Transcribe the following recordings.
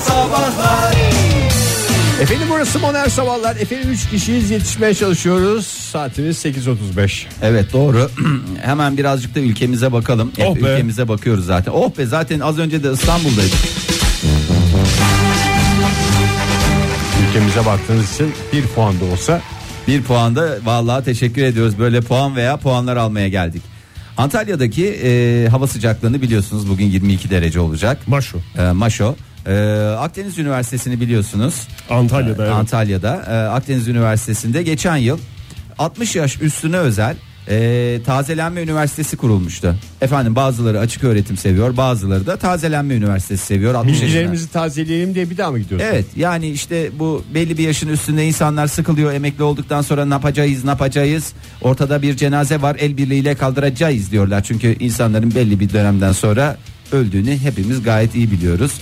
Sabahlar Efendim burası Modern Sabahlar. Efendim 3 kişiyiz yetişmeye çalışıyoruz. Saatimiz 8.35. Evet doğru. Hemen birazcık da ülkemize bakalım. Hep Oh be. Ülkemize bakıyoruz zaten. Oh be zaten az önce de İstanbul'daydık. Ülkemize baktığınız için bir puan da olsa Bir puan da vallahi teşekkür ediyoruz. Böyle puan veya puanlar almaya geldik. Antalya'daki e, hava sıcaklığını biliyorsunuz bugün 22 derece olacak. Maşo. E, Maşo. E, Akdeniz Üniversitesi'ni biliyorsunuz. Antalya'da evet. Antalya'da e, Akdeniz Üniversitesi'nde geçen yıl 60 yaş üstüne özel e, tazelenme üniversitesi kurulmuştu. Efendim bazıları açık öğretim seviyor, bazıları da tazelenme üniversitesi seviyor. 60 yaşına. bilgilerimizi tazeleyelim diye bir daha mı gidiyoruz? Evet yani işte bu belli bir yaşın üstünde insanlar sıkılıyor emekli olduktan sonra ne yapacağız ne yapacağız ortada bir cenaze var el birliğiyle kaldıracağız diyorlar çünkü insanların belli bir dönemden sonra öldüğünü hepimiz gayet iyi biliyoruz.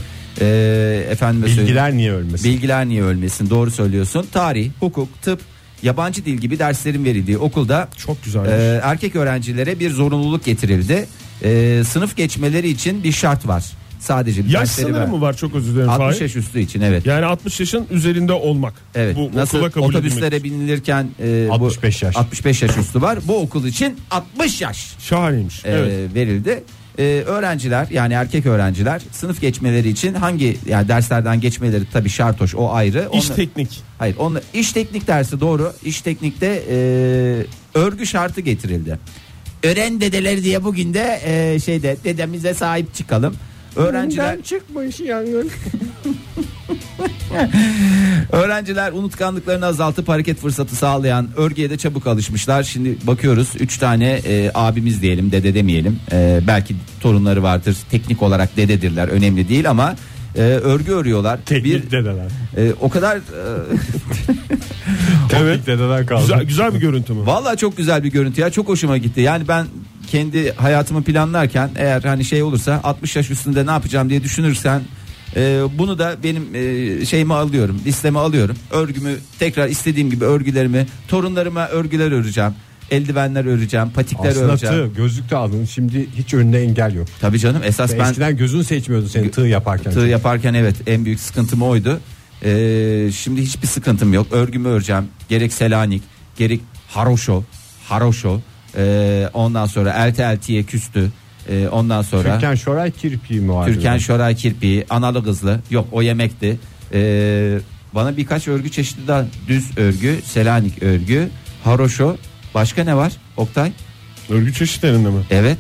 Ee, efendim Bilgiler niye ölmesin? Bilgiler niye ölmesin? Doğru söylüyorsun. Tarih, hukuk, tıp, yabancı dil gibi derslerin verildiği okulda Çok güzelmiş. Ee, e, erkek öğrencilere bir zorunluluk getirildi. E, sınıf geçmeleri için bir şart var. Sadece bir Yaş dersleri sınırı ver- mı var çok özür dilerim 60 Fahir? yaş üstü için evet. Yani 60 yaşın üzerinde olmak. Evet. Bu Nasıl okula kabul otobüslere edilmek. binilirken e, bu 65 yaş. 65 yaş üstü var. Bu okul için 60 yaş Ee, Şahaneymiş. e, evet. verildi. E, öğrenciler yani erkek öğrenciler sınıf geçmeleri için hangi yani derslerden geçmeleri tabii şart hoş o ayrı. İş Onlar- teknik. Hayır onunla iş teknik dersi doğru. İş teknikte e, örgü şartı getirildi. Ören dedeler diye bugün de e, şeyde dedemize sahip çıkalım. Öğrenciler çıkmış yangın. öğrenciler unutkanlıklarını azaltıp hareket fırsatı sağlayan örgüye de çabuk alışmışlar. Şimdi bakıyoruz 3 tane e, abimiz diyelim dede demeyelim. E, belki torunları vardır. Teknik olarak dededirler. Önemli değil ama e, örgü örüyorlar. Teknik Bir dedeler. e, o kadar e, Evet. Dededen kaldı. Güzel, güzel bir görüntü mü? Vallahi çok güzel bir görüntü ya çok hoşuma gitti. Yani ben kendi hayatımı planlarken eğer hani şey olursa 60 yaş üstünde ne yapacağım diye düşünürsen e, bunu da benim e, şeyimi alıyorum listeme alıyorum. Örgümü tekrar istediğim gibi örgülerimi torunlarıma örgüler öreceğim. Eldivenler öreceğim, patikler Aslında öreceğim. tığ, gözlük de aldın. Şimdi hiç önüne engel yok. Tabii canım esas ben Eskiden gözün seçmiyordu seni tığ yaparken. tığ yaparken evet en büyük sıkıntım oydu. Ee, şimdi hiçbir sıkıntım yok. Örgümü öreceğim. Gerek Selanik, gerek Haroşo, Haroşo. Ee, ondan sonra Elte Elti'ye küstü. Ee, ondan sonra Türkan, Türkan Şoray kirpiği mi vardı? Şoray Kirpiği, Analı Kızlı. Yok o yemekti. Ee, bana birkaç örgü çeşidi daha düz örgü, Selanik örgü, Haroşo. Başka ne var? Oktay? Örgü çeşitlerinde mi? Evet.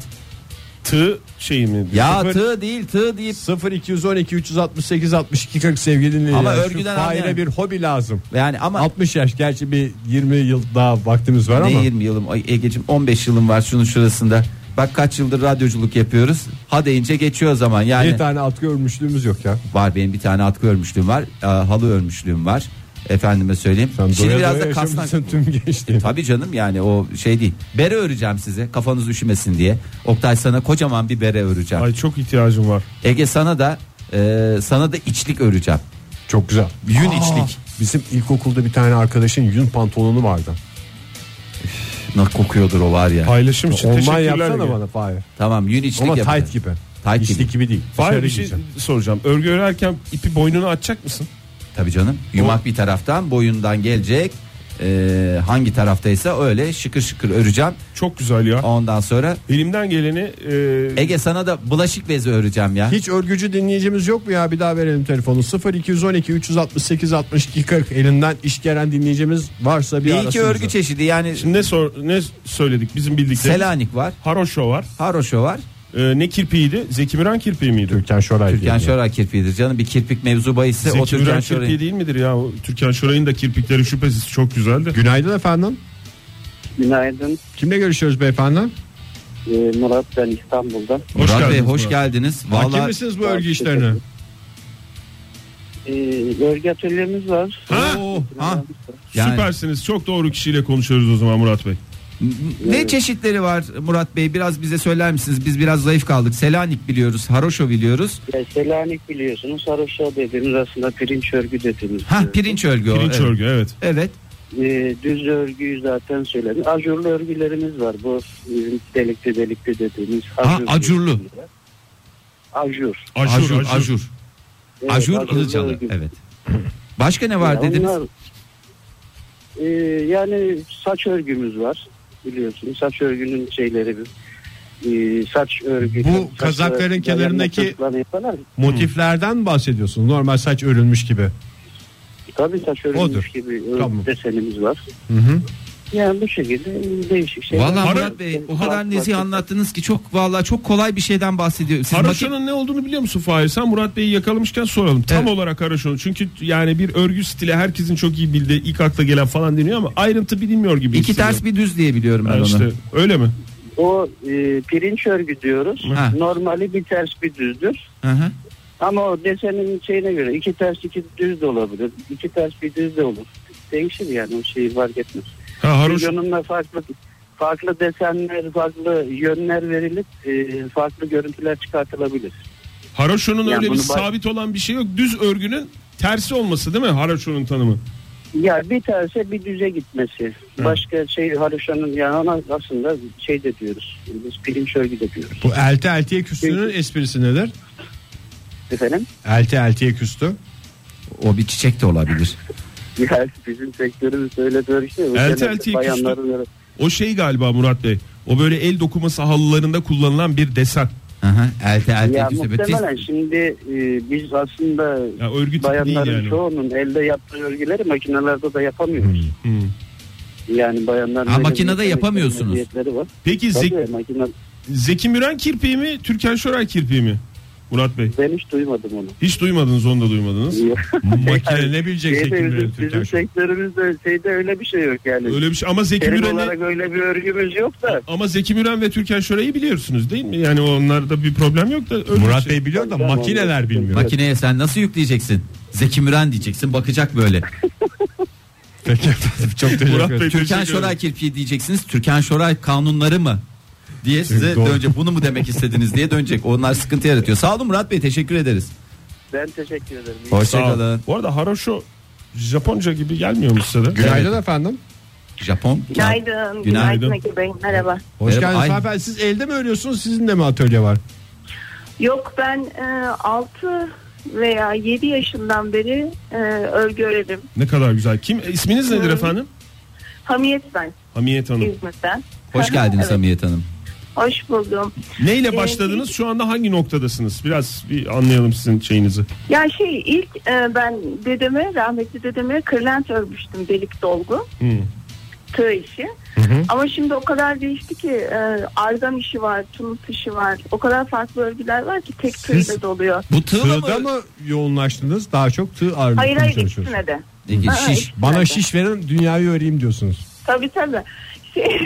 Tığ şeyi mi? Ya Sıfır- tığ değil tığ deyip 0 212 368 62 40 sevgili dinleyiciler. Ama Şu örgüden Fahir'e anlayan- bir hobi lazım. yani ama 60 yaş gerçi bir 20 yıl daha vaktimiz var Ne ama 20 yılım ay Ege'cim 15 yılım var şunun şurasında. Bak kaç yıldır radyoculuk yapıyoruz. Ha deyince geçiyor zaman. Yani bir tane atkı örmüşlüğümüz yok ya. var benim bir tane atkı örmüşlüğüm var. e, halı örmüşlüğüm var. Efendime söyleyeyim. Sen Şimdi doya biraz doya da kasnak. yaşamışsın tüm geçtiğin. Tabii canım yani o şey değil. Bere öreceğim size kafanız üşümesin diye. Oktay sana kocaman bir bere öreceğim. Ay çok ihtiyacım var. Ege sana da e, sana da içlik öreceğim. Çok güzel. Yün Aa, içlik. Bizim ilkokulda bir tane arkadaşın yün pantolonu vardı. Nasıl kokuyordur o var ya. Paylaşım için Ondan teşekkürler. yapsana Ege. bana Fahir. Tamam yün içlik Ama yapacağım. tight gibi. Tight İçlik gibi. gibi, değil. Fahir Dışarı bir şey giyeceğim. soracağım. Örgü örerken ipi boynunu açacak mısın? Tabii canım. Yumak bir taraftan, boyundan gelecek. Ee, hangi taraftaysa öyle şıkır şıkır öreceğim. Çok güzel ya. Ondan sonra Elimden geleni e, Ege sana da bulaşık bezi öreceğim ya. Hiç örgücü dinleyicimiz yok mu ya? Bir daha verelim telefonu. 0 212 368 62 40 elinden iş gelen dinleyicimiz varsa bir bir iki arasın örgü bizi. çeşidi yani Şimdi ne sor ne söyledik bizim bildiklerimiz? Selanik var, Haroşo var. Haroşo var, E, ne kirpiğiydi? Zeki Müren kirpiği miydi? Türkan Şoray. Türkan diyelim. Şoray kirpiğidir canım. Bir kirpik mevzu bahisi o Zeki Türkan Müren kirpiği Şoray. değil midir ya? O Türkan Şoray'ın da kirpikleri şüphesiz çok güzeldi. Günaydın efendim. Günaydın. Kimle görüşüyoruz beyefendi? Ee, Murat ben İstanbul'dan. Hoş Murat Bey geldiniz hoş Murat. geldiniz. Hakim Vallahi misiniz bu örgü işlerine? Ee, örgü atölyemiz var. Ha? Oo, ha. Yani- Süpersiniz. Çok doğru kişiyle konuşuyoruz o zaman Murat Bey. ne çeşitleri var Murat Bey? Biraz bize söyler misiniz? Biz biraz zayıf kaldık. Selanik biliyoruz, Haroşo biliyoruz. Ya, Selanik biliyorsunuz. Sarışa dediğimiz aslında pirinç örgü dediğimiz. Ha pirinç örgü o. Pirinç evet. örgü evet. Evet. Ee, düz örgüyü zaten söyledim. Ajurlu örgülerimiz var. Bu bizim delikli delikli dediğimiz. Ha, acurlu. Ajur. Ajur, ajur. ajur. Evet, Ajur ajurlu Ilıcalı. örgü. Evet. Başka ne var Ya dediniz? onlar, e, yani saç örgümüz var biliyorsunuz. Saç örgünün şeyleri e, saç örgü. Bu saçlara kazakların dayanma kenarındaki- tırtıklarını yaparlar. Motiflerden bahsediyorsun. Normal saç örülmüş gibi. Tabii saç örgümüş Odur. gibi Tamam. tamam. desenimiz var. Hı hı. Yani bu şekilde değişik şeyler. Valla var. Murat Bey o kadar Farklı nezih farklı- anlattınız ki çok valla çok kolay bir şeyden bahsediyor. Siz makine- Haroşa'nın ne olduğunu biliyor musun Fahir? Sen Murat Bey'i yakalamışken soralım. Tam Evet. olarak haroşanın. Çünkü yani bir örgü stili herkesin çok iyi bildiği ilk akla gelen falan deniyor ama ayrıntı bilinmiyor gibi. iki ters bir düz diye biliyorum ben yani şey işte, onu. Öyle mi? O e, pirinç örgü diyoruz. Ha. Normali bir ters bir düzdür. Hı hı. Ama o desenin şeyine göre iki ters iki düz de olabilir. İki ters bir düz de olur. Değişir yani o şeyi fark etmez. Ha, haroş... Milyonunla farklı farklı desenler, farklı yönler verilip e, farklı görüntüler çıkartılabilir. Haroşo'nun Yani öyle bir bunu baş- sabit olan bir şey yok. Düz örgünün tersi olması değil mi Haroşo'nun tanımı? Ya bir terse bir düze gitmesi. Başka şey haruşanın yani ona aslında şey de diyoruz. Biz pirinç örgü de diyoruz. Bu elte eltiye küstünün esprisi nedir? Efendim? Elte eltiye küstü. O bir çiçek de olabilir. Ya bizim sektörümüz öyle böyle işte. Bu Elti genelde eltiye bayanların öyle- O şey galiba Murat Bey. O böyle el dokuması halılarında kullanılan bir desen. Hı hı. Elte elte Ya düz. Böyle muhtemelen tiz- şimdi e, biz aslında Ya örgü tipi bayanların değil yani. çoğunun elde yaptığı örgüleri makinelerde de yapamıyoruz. Hmm. Yani bayanlar Ha, böyle makinede bir- yapamıyorsunuz. meziyetleri var. Peki Zek- Tabii, makine, Zeki Müren kirpiği mi Türkan Şoray kirpiği mi? Murat Bey. ben hiç duymadım onu. Hiç duymadınız onu da duymadınız. Yok. Makine ne bilecek Şeyde Zeki Müren'i bizim, şey- Türkan bizim Şoray? sektörümüzde şeyde öyle bir şey yok yani. Öyle bir şey ama Zeki Terim Müren'le olarak öyle bir örgümüz yok da. ama Zeki Müren ve Türkan Şoray'ı biliyorsunuz değil mi? Yani onlarda bir problem yok da öyle Murat bir şey. Bey biliyor da Tamam, makineler anladım. bilmiyor. Makineye sen nasıl yükleyeceksin? Zeki Müren diyeceksin bakacak böyle. Peki efendim, çok teşekkür Murat Bey ederim. Türkan teşekkür Şoray ederim. kirpiği diyeceksiniz. Türkan Şoray kanunları mı? diye size doğru. dönecek. Bunu mu demek istediniz diye dönecek. Onlar sıkıntı yaratıyor. Sağ olun Murat Bey teşekkür ederiz. Ben teşekkür ederim. İyi Sağ ol. Hoşçakalın. Bu arada Haroşo Japonca gibi gelmiyor mu size de? Günaydın efendim. Japon. Günaydın. Günaydın. Günaydın Ege Bey. Merhaba. Hoş Merhaba, geldiniz ay- hanımefendi. Siz elde mi örüyorsunuz sizin de mi atölye var? Yok ben 6 veya 7 yaşından beri e, örgü örerim. Ne kadar güzel. Kim e, isminiz nedir Hmm. efendim? Hamiyet ben Hamiyet Hanım. İzmir'den. Hoş geldiniz Evet, Hamiyet Hanım. Hoş buldum. Neyle Ee, başladınız? Şu anda hangi noktadasınız? Biraz bir anlayalım sizin şeyinizi. Ya şey ilk e, ben dedeme rahmetli dedeme kırlent örmüştüm delik dolgu Hmm. tığ işi. Ama şimdi o kadar değişti ki e, argan işi var, tunus işi var. O kadar farklı örgüler var ki tek Siz- tığla doluyor. Bu tığla Tığda mı? mı yoğunlaştınız? Daha çok tığ ağırlıklı Hayır mı hayır çalışıyorsunuz? ikisine de. İlginç. Aa, E, Şiş. Bana Evet. şiş verin dünyayı öreyim diyorsunuz. Tabii tabii. Şey,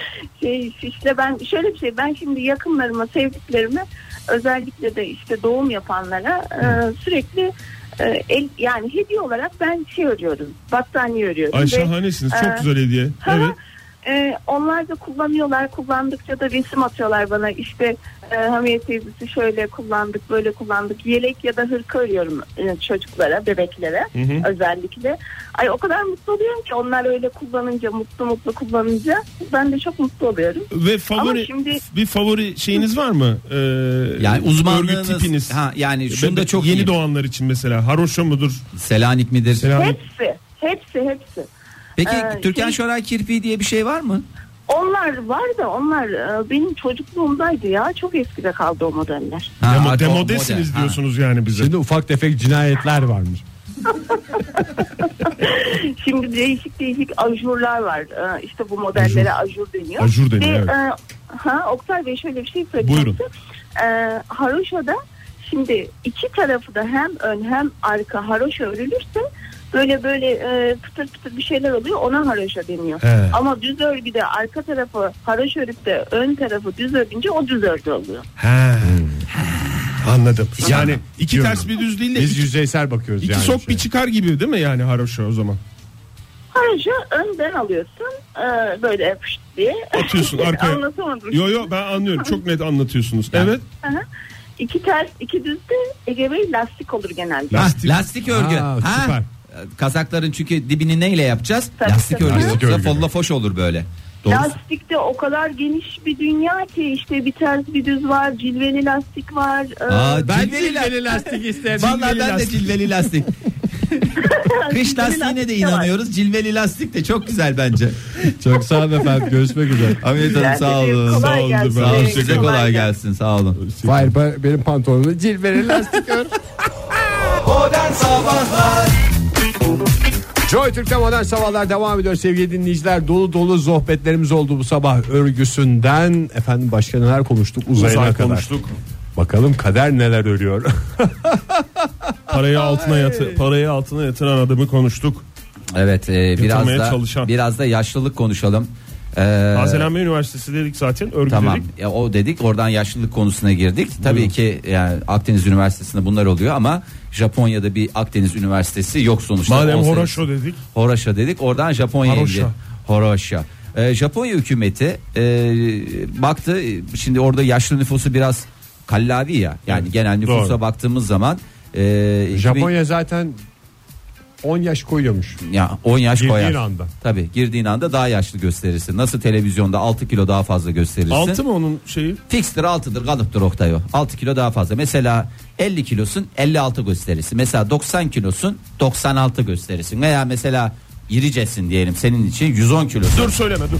şey işte ben şöyle bir şey ben şimdi yakınlarıma sevdiklerime özellikle de işte doğum yapanlara e, sürekli e, el, yani hediye olarak ben şey örüyorum battaniye örüyorum. Ay Ve, şahanesiniz. Çok e, güzel hediye. ha, Evet. e, onlar da kullanıyorlar kullandıkça da resim atıyorlar bana işte e, Hamiyet teyzesi şöyle kullandık böyle kullandık yelek ya da hırka örüyorum e, çocuklara bebeklere Hı hı. özellikle. Ay o kadar mutlu oluyorum ki onlar öyle kullanınca mutlu mutlu kullanınca ben de çok mutlu oluyorum. Ve favori Ama şimdi- bir favori şeyiniz var mı? Ee, Yani örgü tipiniz. uzmanlığınız. Ha, yani şunda Bebek- çok yeni iyi. doğanlar için mesela haroşa mıdır? Selanik midir? Selanik. Hepsi hepsi hepsi. Peki Ee, Türkan şey- Şoray kirpiği diye bir şey var mı? Onlar var da onlar e, benim çocukluğumdaydı ya çok eskide kaldı o modeller. Ha, Demo- artık o demodesiniz model. Ha. diyorsunuz yani bize. Şimdi ufak tefek cinayetler varmış. Şimdi değişik değişik ajurlar var E, işte bu modellere ajur, deniyor. Ajur deniyor, Ve, evet. e, ha, Oktay Bey şöyle bir şey Buyurun. söyleyecektim. E, haroşa'da şimdi iki tarafı da hem ön hem arka haroşa örülürse böyle böyle e, pıtır pıtır bir şeyler oluyor ona haroşa deniyor. He. Ama düz örgüde arka tarafı haroşa örüp de ön tarafı düz örgünce o düz örgü oluyor. He. Anladım. Yani iki Biliyorum. ters bir düz değil de Biz iki, yüzeysel bakıyoruz iki yani. sok şey. şeye. bir çıkar gibi değil mi yani haroşa o zaman? Haroşa önden alıyorsun e, böyle yapıştı diye. Atıyorsun arkaya. Anlatamadım. Yo yo ben anlıyorum. Çok net anlatıyorsunuz. Evet. İki ters iki düz de Ege Bey lastik olur genelde. Ha, Lastik. lastik. örgü. Ha, ha, süper. Kazakların çünkü dibini neyle yapacağız? Tabii, lastik tabii. örgü. Lastik Yoksa örgü. folla foş olur böyle. Doğru. Lastikte o kadar geniş bir dünya ki işte bir ters bir düz var, cilveli lastik var. Ee, Aa, Ben cilveli la- cilveli lastik isterim. Vallahi ben de lastik. cilveli lastik. Kış Cilveli lastiğine de lastik var. inanıyoruz. Cilveli lastik de çok güzel bence. Çok sağ olun efendim. Görüşmek üzere. Hamit Hanım Bence sağ de olun. şey. kolay Sağ olun. gelsin. Sağ olun. Kolay Size kolay gelsin. Sağ olun. Hayır ben- benim pantolonumda cilveli lastik var. Joy Türk'te modern sabahlar devam ediyor sevgili dinleyiciler. Dolu dolu sohbetlerimiz oldu bu sabah örgüsünden. Efendim başka neler konuştuk uzayına Uzay kadar. konuştuk. Bakalım kader neler örüyor. Parayı altına yatı, parayı altına yatıran adamı konuştuk. Evet e, biraz Yatırmaya da çalışan. biraz da yaşlılık konuşalım. Ee, Haziran Bey Üniversitesi dedik zaten örgü Tamam. dedik. Ya, o dedik oradan yaşlılık konusuna girdik. Tabii ki yani Akdeniz Üniversitesi'nde bunlar oluyor ama Japonya'da bir Akdeniz Üniversitesi yok sonuçta. Madem On sene- Horoşo dedik. Horaşa dedik oradan Japonya'ya Haroşa. indi. Horoşa. Ee, Japonya hükümeti e, baktı şimdi orada yaşlı nüfusu biraz kallavi ya. Yani genel nüfusa doğru. baktığımız zaman e, Japonya zaten 10 yaş koyuyormuş. ya 10 yaş Girdiğin koyar. anda. Tabii girdiğin anda daha yaşlı gösterirsin. Nasıl televizyonda 6 kilo daha fazla gösterirsin. Altı mı onun şeyi? Fikstir 6'dır kalıptır Oktay o. 6 kilo daha fazla. Mesela 50 kilosun 56 gösterisi. Mesela 90 kilosun 96 gösterisi. Veya mesela iricesin diyelim senin için 110 kilosun. Dur söyleme dur.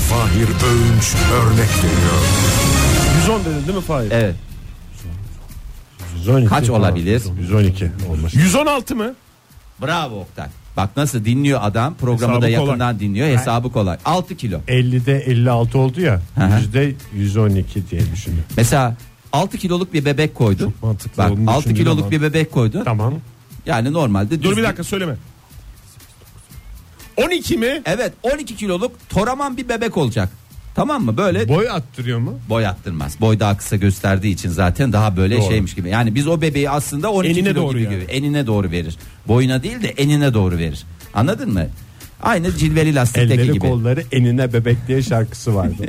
Fahir Öğünç örnek veriyor. 110 dedin değil mi Fahir? Evet. 112 Kaç falan. olabilir? 112 olmuş. 116 mı? Bravo Oktay. Bak nasıl dinliyor adam. Programı Hesabı da kolay. yakından dinliyor. Hesabı kolay. 6 kilo. 50'de 56 oldu ya. Hı hı. Yüzde 112 diye düşündüm. Mesela 6 kiloluk bir bebek koydun. Çok mantıklı, Bak onu 6 düşündüğüm kiloluk zaman. bir bebek koydun. Tamam. Yani normalde düz Dur bir dakika söyleme. 12 mi? Evet 12 kiloluk toraman bir bebek olacak. Tamam mı? Böyle Boy attırıyor mu? boy attırmaz. Boy daha kısa gösterdiği için zaten daha böyle Doğru. şeymiş gibi. Yani biz o bebeği aslında 12 Enine kilo doğru gibi yani. görüyoruz. enine doğru verir. Boyuna değil de enine doğru verir. Anladın mı? Aynı cilveli lastikteki Elleri gibi. kolları enine bebek diye şarkısı vardı.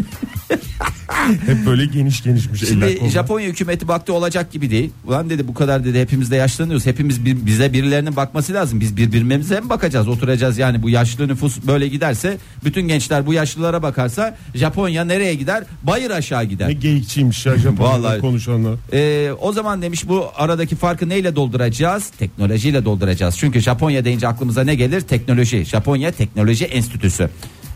Hep böyle geniş genişmiş eller Şimdi kollar. Japonya hükümeti baktı olacak gibi değil. Ulan dedi bu kadar dedi hepimiz de yaşlanıyoruz. Hepimiz bir- bize birilerinin bakması lazım. Biz birbirimize mi bakacağız? Oturacağız yani bu yaşlı nüfus böyle giderse bütün gençler bu yaşlılara bakarsa Japonya nereye gider? Bayır aşağı gider. Ne geyikçiymiş ya Japonya'da Vallahi. konuşanlar. Ee, o zaman demiş bu aradaki farkı neyle dolduracağız? Teknolojiyle dolduracağız. Çünkü Japonya deyince aklımıza ne gelir? Teknoloji. Japonya Teknoloji Enstitüsü.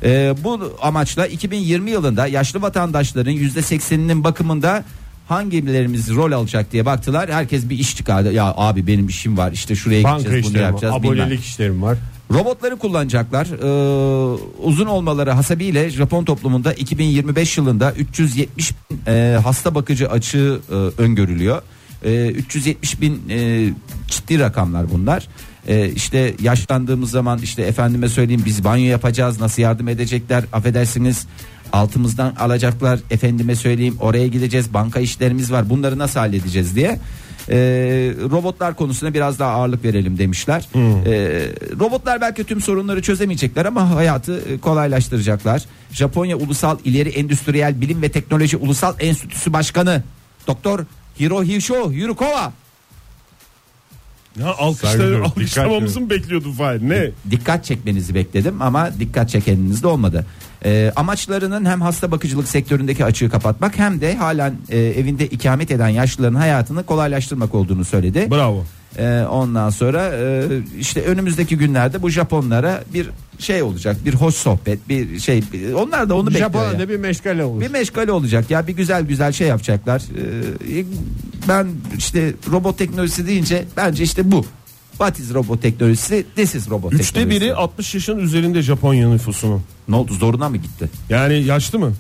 Ee, bu amaçla 2020 yılında yaşlı vatandaşların %80'inin bakımında hangilerimiz rol alacak diye baktılar. Herkes bir iş çıkardı. Ya abi benim işim var. işte şuraya Banka gideceğiz, bunu işlerim var. yapacağız. bilmem. Abonelik işlerim var. Robotları kullanacaklar. Ee, uzun olmaları hasebiyle Japon toplumunda 2025 yılında 370 bin e, hasta bakıcı açığı e, öngörülüyor. E, 370 bin e, ciddi rakamlar bunlar. E, işte yaşlandığımız zaman işte efendime söyleyeyim biz banyo yapacağız nasıl yardım edecekler affedersiniz altımızdan alacaklar efendime söyleyeyim oraya gideceğiz banka işlerimiz var bunları nasıl halledeceğiz diye e, robotlar konusuna biraz daha ağırlık verelim demişler. E, robotlar belki tüm sorunları çözemeyecekler ama hayatı e, kolaylaştıracaklar. Japonya Ulusal İleri Endüstriyel Bilim ve Teknoloji Ulusal Enstitüsü Başkanı Doktor Hirohito Yurukova Ya Saygı alkışlar, duyuyorum, alkışlamamızı mı bekliyordun Fahir? Ne? dikkat çekmenizi bekledim ama dikkat çekeniniz de olmadı. Ee, amaçlarının hem hasta bakıcılık sektöründeki açığı kapatmak hem de halen e, evinde ikamet eden yaşlıların hayatını kolaylaştırmak olduğunu söyledi. Bravo. Ee, ondan sonra e, işte önümüzdeki günlerde bu Japonlara bir şey olacak, bir hoş sohbet, bir şey. bir- Onlar da onu bekliyor. Japonya'da ya. bir meşgale olur. Bir meşgale olacak ya bir güzel güzel şey yapacaklar. Ee, ben işte robot teknolojisi deyince bence işte bu. What is robot teknolojisi? This is robot Üçte teknolojisi. biri 60 yaşın üzerinde Japonya nüfusunun. Ne oldu zoruna mı gitti? Yani yaşlı mı?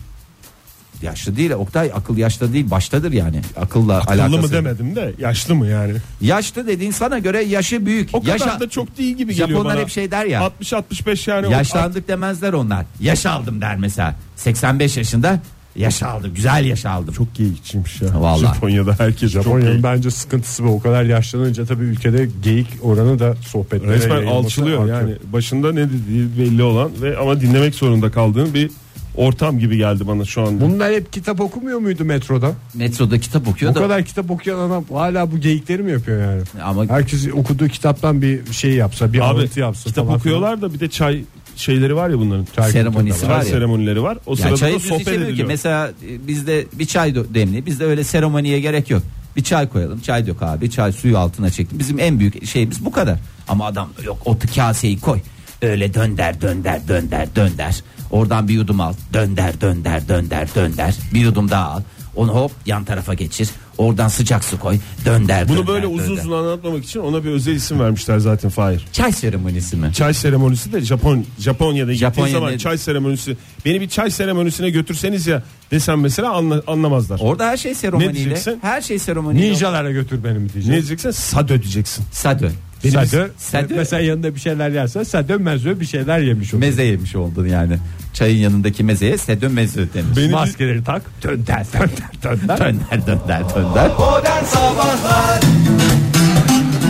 Yaşlı değil Oktay akıl yaşta değil baştadır yani. Akılla Akıllı alakası. mı demedim de yaşlı mı yani? Yaşlı dediğin sana göre yaşı büyük. O kadar Yaşa- da çok değil gibi geliyor Japonlar bana. hep şey der ya. 60-65 yani. Yaşlandık demezler onlar. Yaş aldım der mesela. 85 yaşında yaş aldım. Güzel yaş aldım. Çok geyikçiymiş ya. Vallahi. Japonya'da herkes çok Japonya'nın geyik. bence sıkıntısı bu. O kadar yaşlanınca tabii ülkede geyik oranı da sohbetlere Resmen yayılması alçılıyor artıyor. yani. Başında ne dediği belli olan ve ama dinlemek zorunda kaldığın bir ortam gibi geldi bana şu anda. Bunlar hep kitap okumuyor muydu metroda? Metroda kitap O okuyor da kadar kitap okuyan adam hala bu geyikleri mi yapıyor yani? ama Herkes okuduğu kitaptan bir şey yapsa, bir Abi alıntı yapsa kitap falan okuyorlar da bir de çay şeyleri var ya bunların. Terk Seremonisi etme- var ya. seremonileri var. O Yani sırada çayı da düz sohbet içemiyor ki. ediliyor. Mesela e, bizde bir çay do- demli. Bizde öyle seremoniye gerek yok. Bir çay koyalım. Çay dök abi. Çay suyu altına çekti. Bizim en büyük şeyimiz bu kadar. Ama adam yok o t- kaseyi koy. Öyle dönder dönder dönder dönder. Oradan bir yudum al. Dönder dönder dönder dönder. Bir yudum daha al. Onu hop yan tarafa geçir. Oradan sıcak su koy. Dönder Bunu dönder, böyle uzun dönder. uzun anlatmamak için ona bir özel isim vermişler zaten Fahir. Çay seremonisi mi? Çay seremonisi de Japon Japonya'da gittiğin Japonya'da- zaman çay seremonisi. Beni bir çay seremonisine götürseniz ya desem mesela anla- anlamazlar. Orada her şey seremoniyle. diyeceksin? Her şey seremoniyle. Ninjalara götür beni mi diyeceğim. Ne diyeceksin? Sad ödeyeceksin. Sadö. Sadö, Sadö- Mesela yanında bir şeyler yersen sadö mezö bir şeyler yemiş olur. meze yemiş oldun yani. Çayın yanındaki mezeye sedö meze denir. Beni bir- Maskeleri tak. Dönder dönder dönder. Dönder dönder dönder.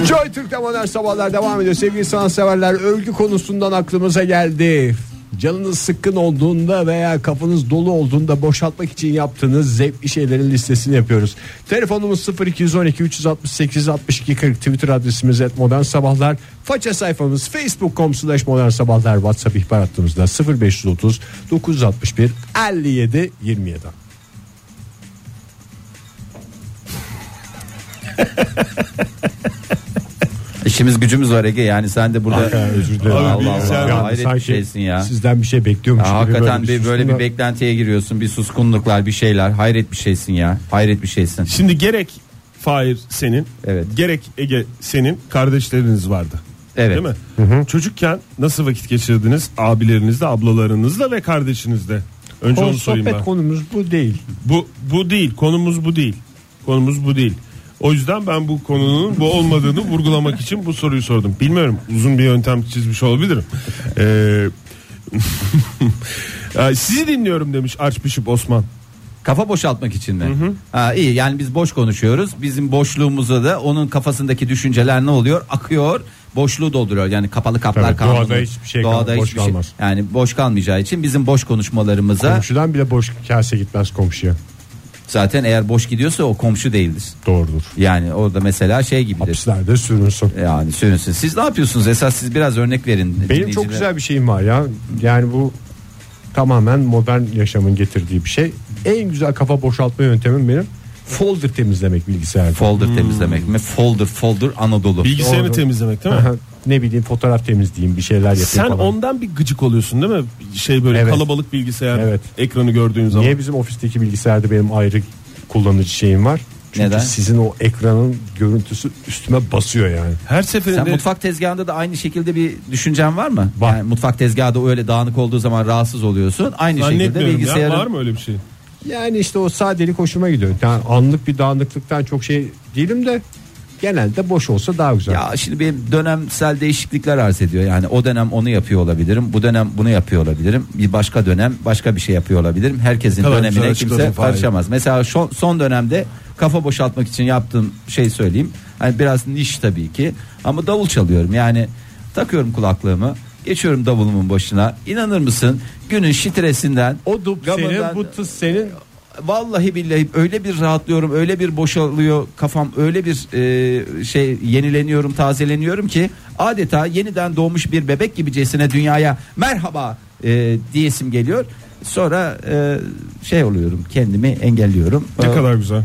Joy Türk'te modern sabahlar devam ediyor. Sevgili sanatseverler övgü konusundan aklımıza geldi. Canınız sıkkın olduğunda veya kafanız dolu olduğunda boşaltmak için yaptığınız zevkli şeylerin listesini yapıyoruz. Telefonumuz 0212 368 62 40 Twitter adresimiz et modern sabahlar. Faça sayfamız facebook.com slash modern sabahlar. Whatsapp ihbar hattımızda 0530 961 57 27. İşimiz gücümüz var Ege yani sen de burada Allah Abi Allah, Allah. bilgisayar- Yani hayret bir sanki şeysin ya. Sizden bir şey bekliyormuş Ya gibi hakikaten bir böyle bir suskunluk- beklentiye giriyorsun. Bir suskunluklar, bir şeyler. Hayret bir şeysin ya. Hayret bir şeysin. Şimdi gerek Fahir senin, Evet. gerek Ege senin kardeşleriniz vardı. Evet. Değil mi? Çocukken nasıl vakit geçirdiniz? Abilerinizle, ablalarınızla ve kardeşinizle. Önce Konu- onu sorayım sohbet ben. konumuz bu değil. Bu bu değil. Konumuz bu değil. Konumuz bu değil. O yüzden ben bu konunun bu olmadığını vurgulamak için bu soruyu sordum. Bilmiyorum uzun bir yöntem çizmiş olabilirim. Ee, e, sizi dinliyorum demiş Archbishop Osman. Kafa boşaltmak için mi? Ha, iyi yani biz boş konuşuyoruz. Bizim boşluğumuza da onun kafasındaki düşünceler ne oluyor? Akıyor. Boşluğu dolduruyor. Yani kapalı kaplar Tabii, doğada kanunu. hiçbir şey kalmaz, boş kalmaz. Yani boş kalmayacağı için bizim boş konuşmalarımıza Komşudan bile boş kase gitmez komşuya. zaten eğer boş gidiyorsa o komşu değildir. Doğrudur. Yani orada mesela şey gibidir. Hapislerde sürünsün. Yani sürünsün. Siz ne yapıyorsunuz? Esas siz biraz örnek verin. Benim çok dinleyicilere. güzel bir şeyim var ya. Yani bu tamamen modern yaşamın getirdiği bir şey. En güzel kafa boşaltma yöntemim benim folder temizlemek bilgisayarda. folder temizlemek mi? Folder folder Anadolu. Bilgisayarını Doğru. temizlemek değil mi? ne bileyim fotoğraf temizleyeyim bir şeyler yapayım Sen falan. ondan bir gıcık oluyorsun değil mi? Şey böyle Evet. kalabalık bilgisayar Evet. ekranı gördüğün zaman. Niye bizim ofisteki bilgisayarda benim ayrı kullanıcı şeyim var? Çünkü Neden? sizin o ekranın görüntüsü üstüme basıyor yani. Her seferinde Sen mutfak tezgahında da aynı şekilde bir düşüncen var mı? Var. Yani mutfak tezgahı da öyle dağınık olduğu zaman rahatsız oluyorsun. Aynı şekilde zannetmiyorum bilgisayarın ya var mı öyle bir şey? Yani işte o sadelik hoşuma gidiyor. Yani anlık bir dağınıklıktan çok şey değilim de genelde boş olsa daha güzel. Ya şimdi benim dönemsel değişiklikler arz ediyor. Yani o dönem onu yapıyor olabilirim. Bu dönem bunu yapıyor olabilirim. Bir başka dönem başka bir şey yapıyor olabilirim. Herkesin Kadar güzel dönemine açıkladın kimse Fahir. karışamaz. Mesela şu- son dönemde kafa boşaltmak için yaptığım şey söyleyeyim. Hani biraz niş tabii ki ama davul çalıyorum. Yani takıyorum kulaklığımı. Geçiyorum davulumun başına. İnanır mısın? Günün stresinden o dup Gamından- senin bu tıs senin Vallahi billahi öyle bir rahatlıyorum, öyle bir boşalıyor kafam, öyle bir e, şey yenileniyorum, tazeleniyorum ki adeta yeniden doğmuş bir bebek gibicesine dünyaya merhaba e, diyesim geliyor. Sonra e, şey oluyorum, kendimi engelliyorum. Ne Ee, kadar güzel.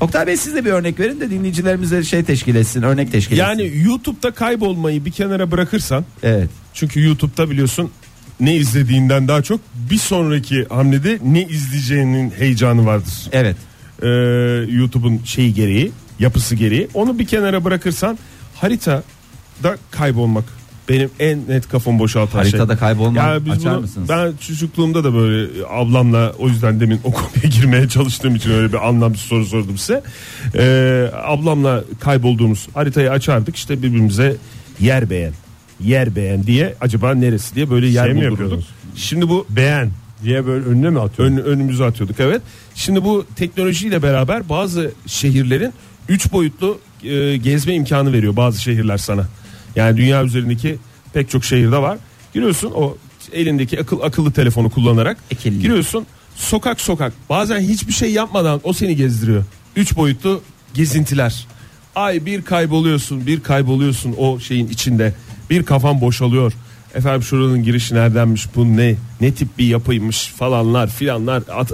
Oktay Bey siz de bir örnek verin de dinleyicilerimize şey teşkil etsin, örnek teşkil etsin. Yani YouTube'da kaybolmayı bir kenara bırakırsan evet. çünkü YouTube'da biliyorsun ne izlediğinden daha çok bir sonraki hamlede ne izleyeceğinin heyecanı vardır. Evet. Ee, YouTube'un şeyi gereği, yapısı gereği. Onu bir kenara bırakırsan haritada kaybolmak benim en net kafamı boşaltan şey. Haritada kaybolma. Ya biz Açar bunu- mısınız? Ben çocukluğumda da böyle e, ablamla o yüzden demin o konuya girmeye çalıştığım için öyle bir anlamsız soru sordum size. Ee, ablamla kaybolduğumuz haritayı açardık işte birbirimize yer beğen yer beğen diye acaba neresi diye böyle yer Şey mi buldurduk. yapıyordunuz? Şimdi bu beğen diye böyle önüne mi atıyorsun? ön, önümüze atıyorduk evet. Şimdi bu teknolojiyle beraber bazı şehirlerin 3 boyutlu e, gezme imkanı veriyor bazı şehirler sana. Yani dünya üzerindeki pek çok şehirde var. Giriyorsun o elindeki akıl akıllı telefonu kullanarak Akıllı. giriyorsun sokak sokak bazen hiçbir şey yapmadan o seni gezdiriyor. 3 boyutlu gezintiler. Ay bir kayboluyorsun bir kayboluyorsun o şeyin içinde bir kafan boşalıyor. Efendim şuranın girişi neredenmiş bu ne ne tip bir yapıymış falanlar filanlar at-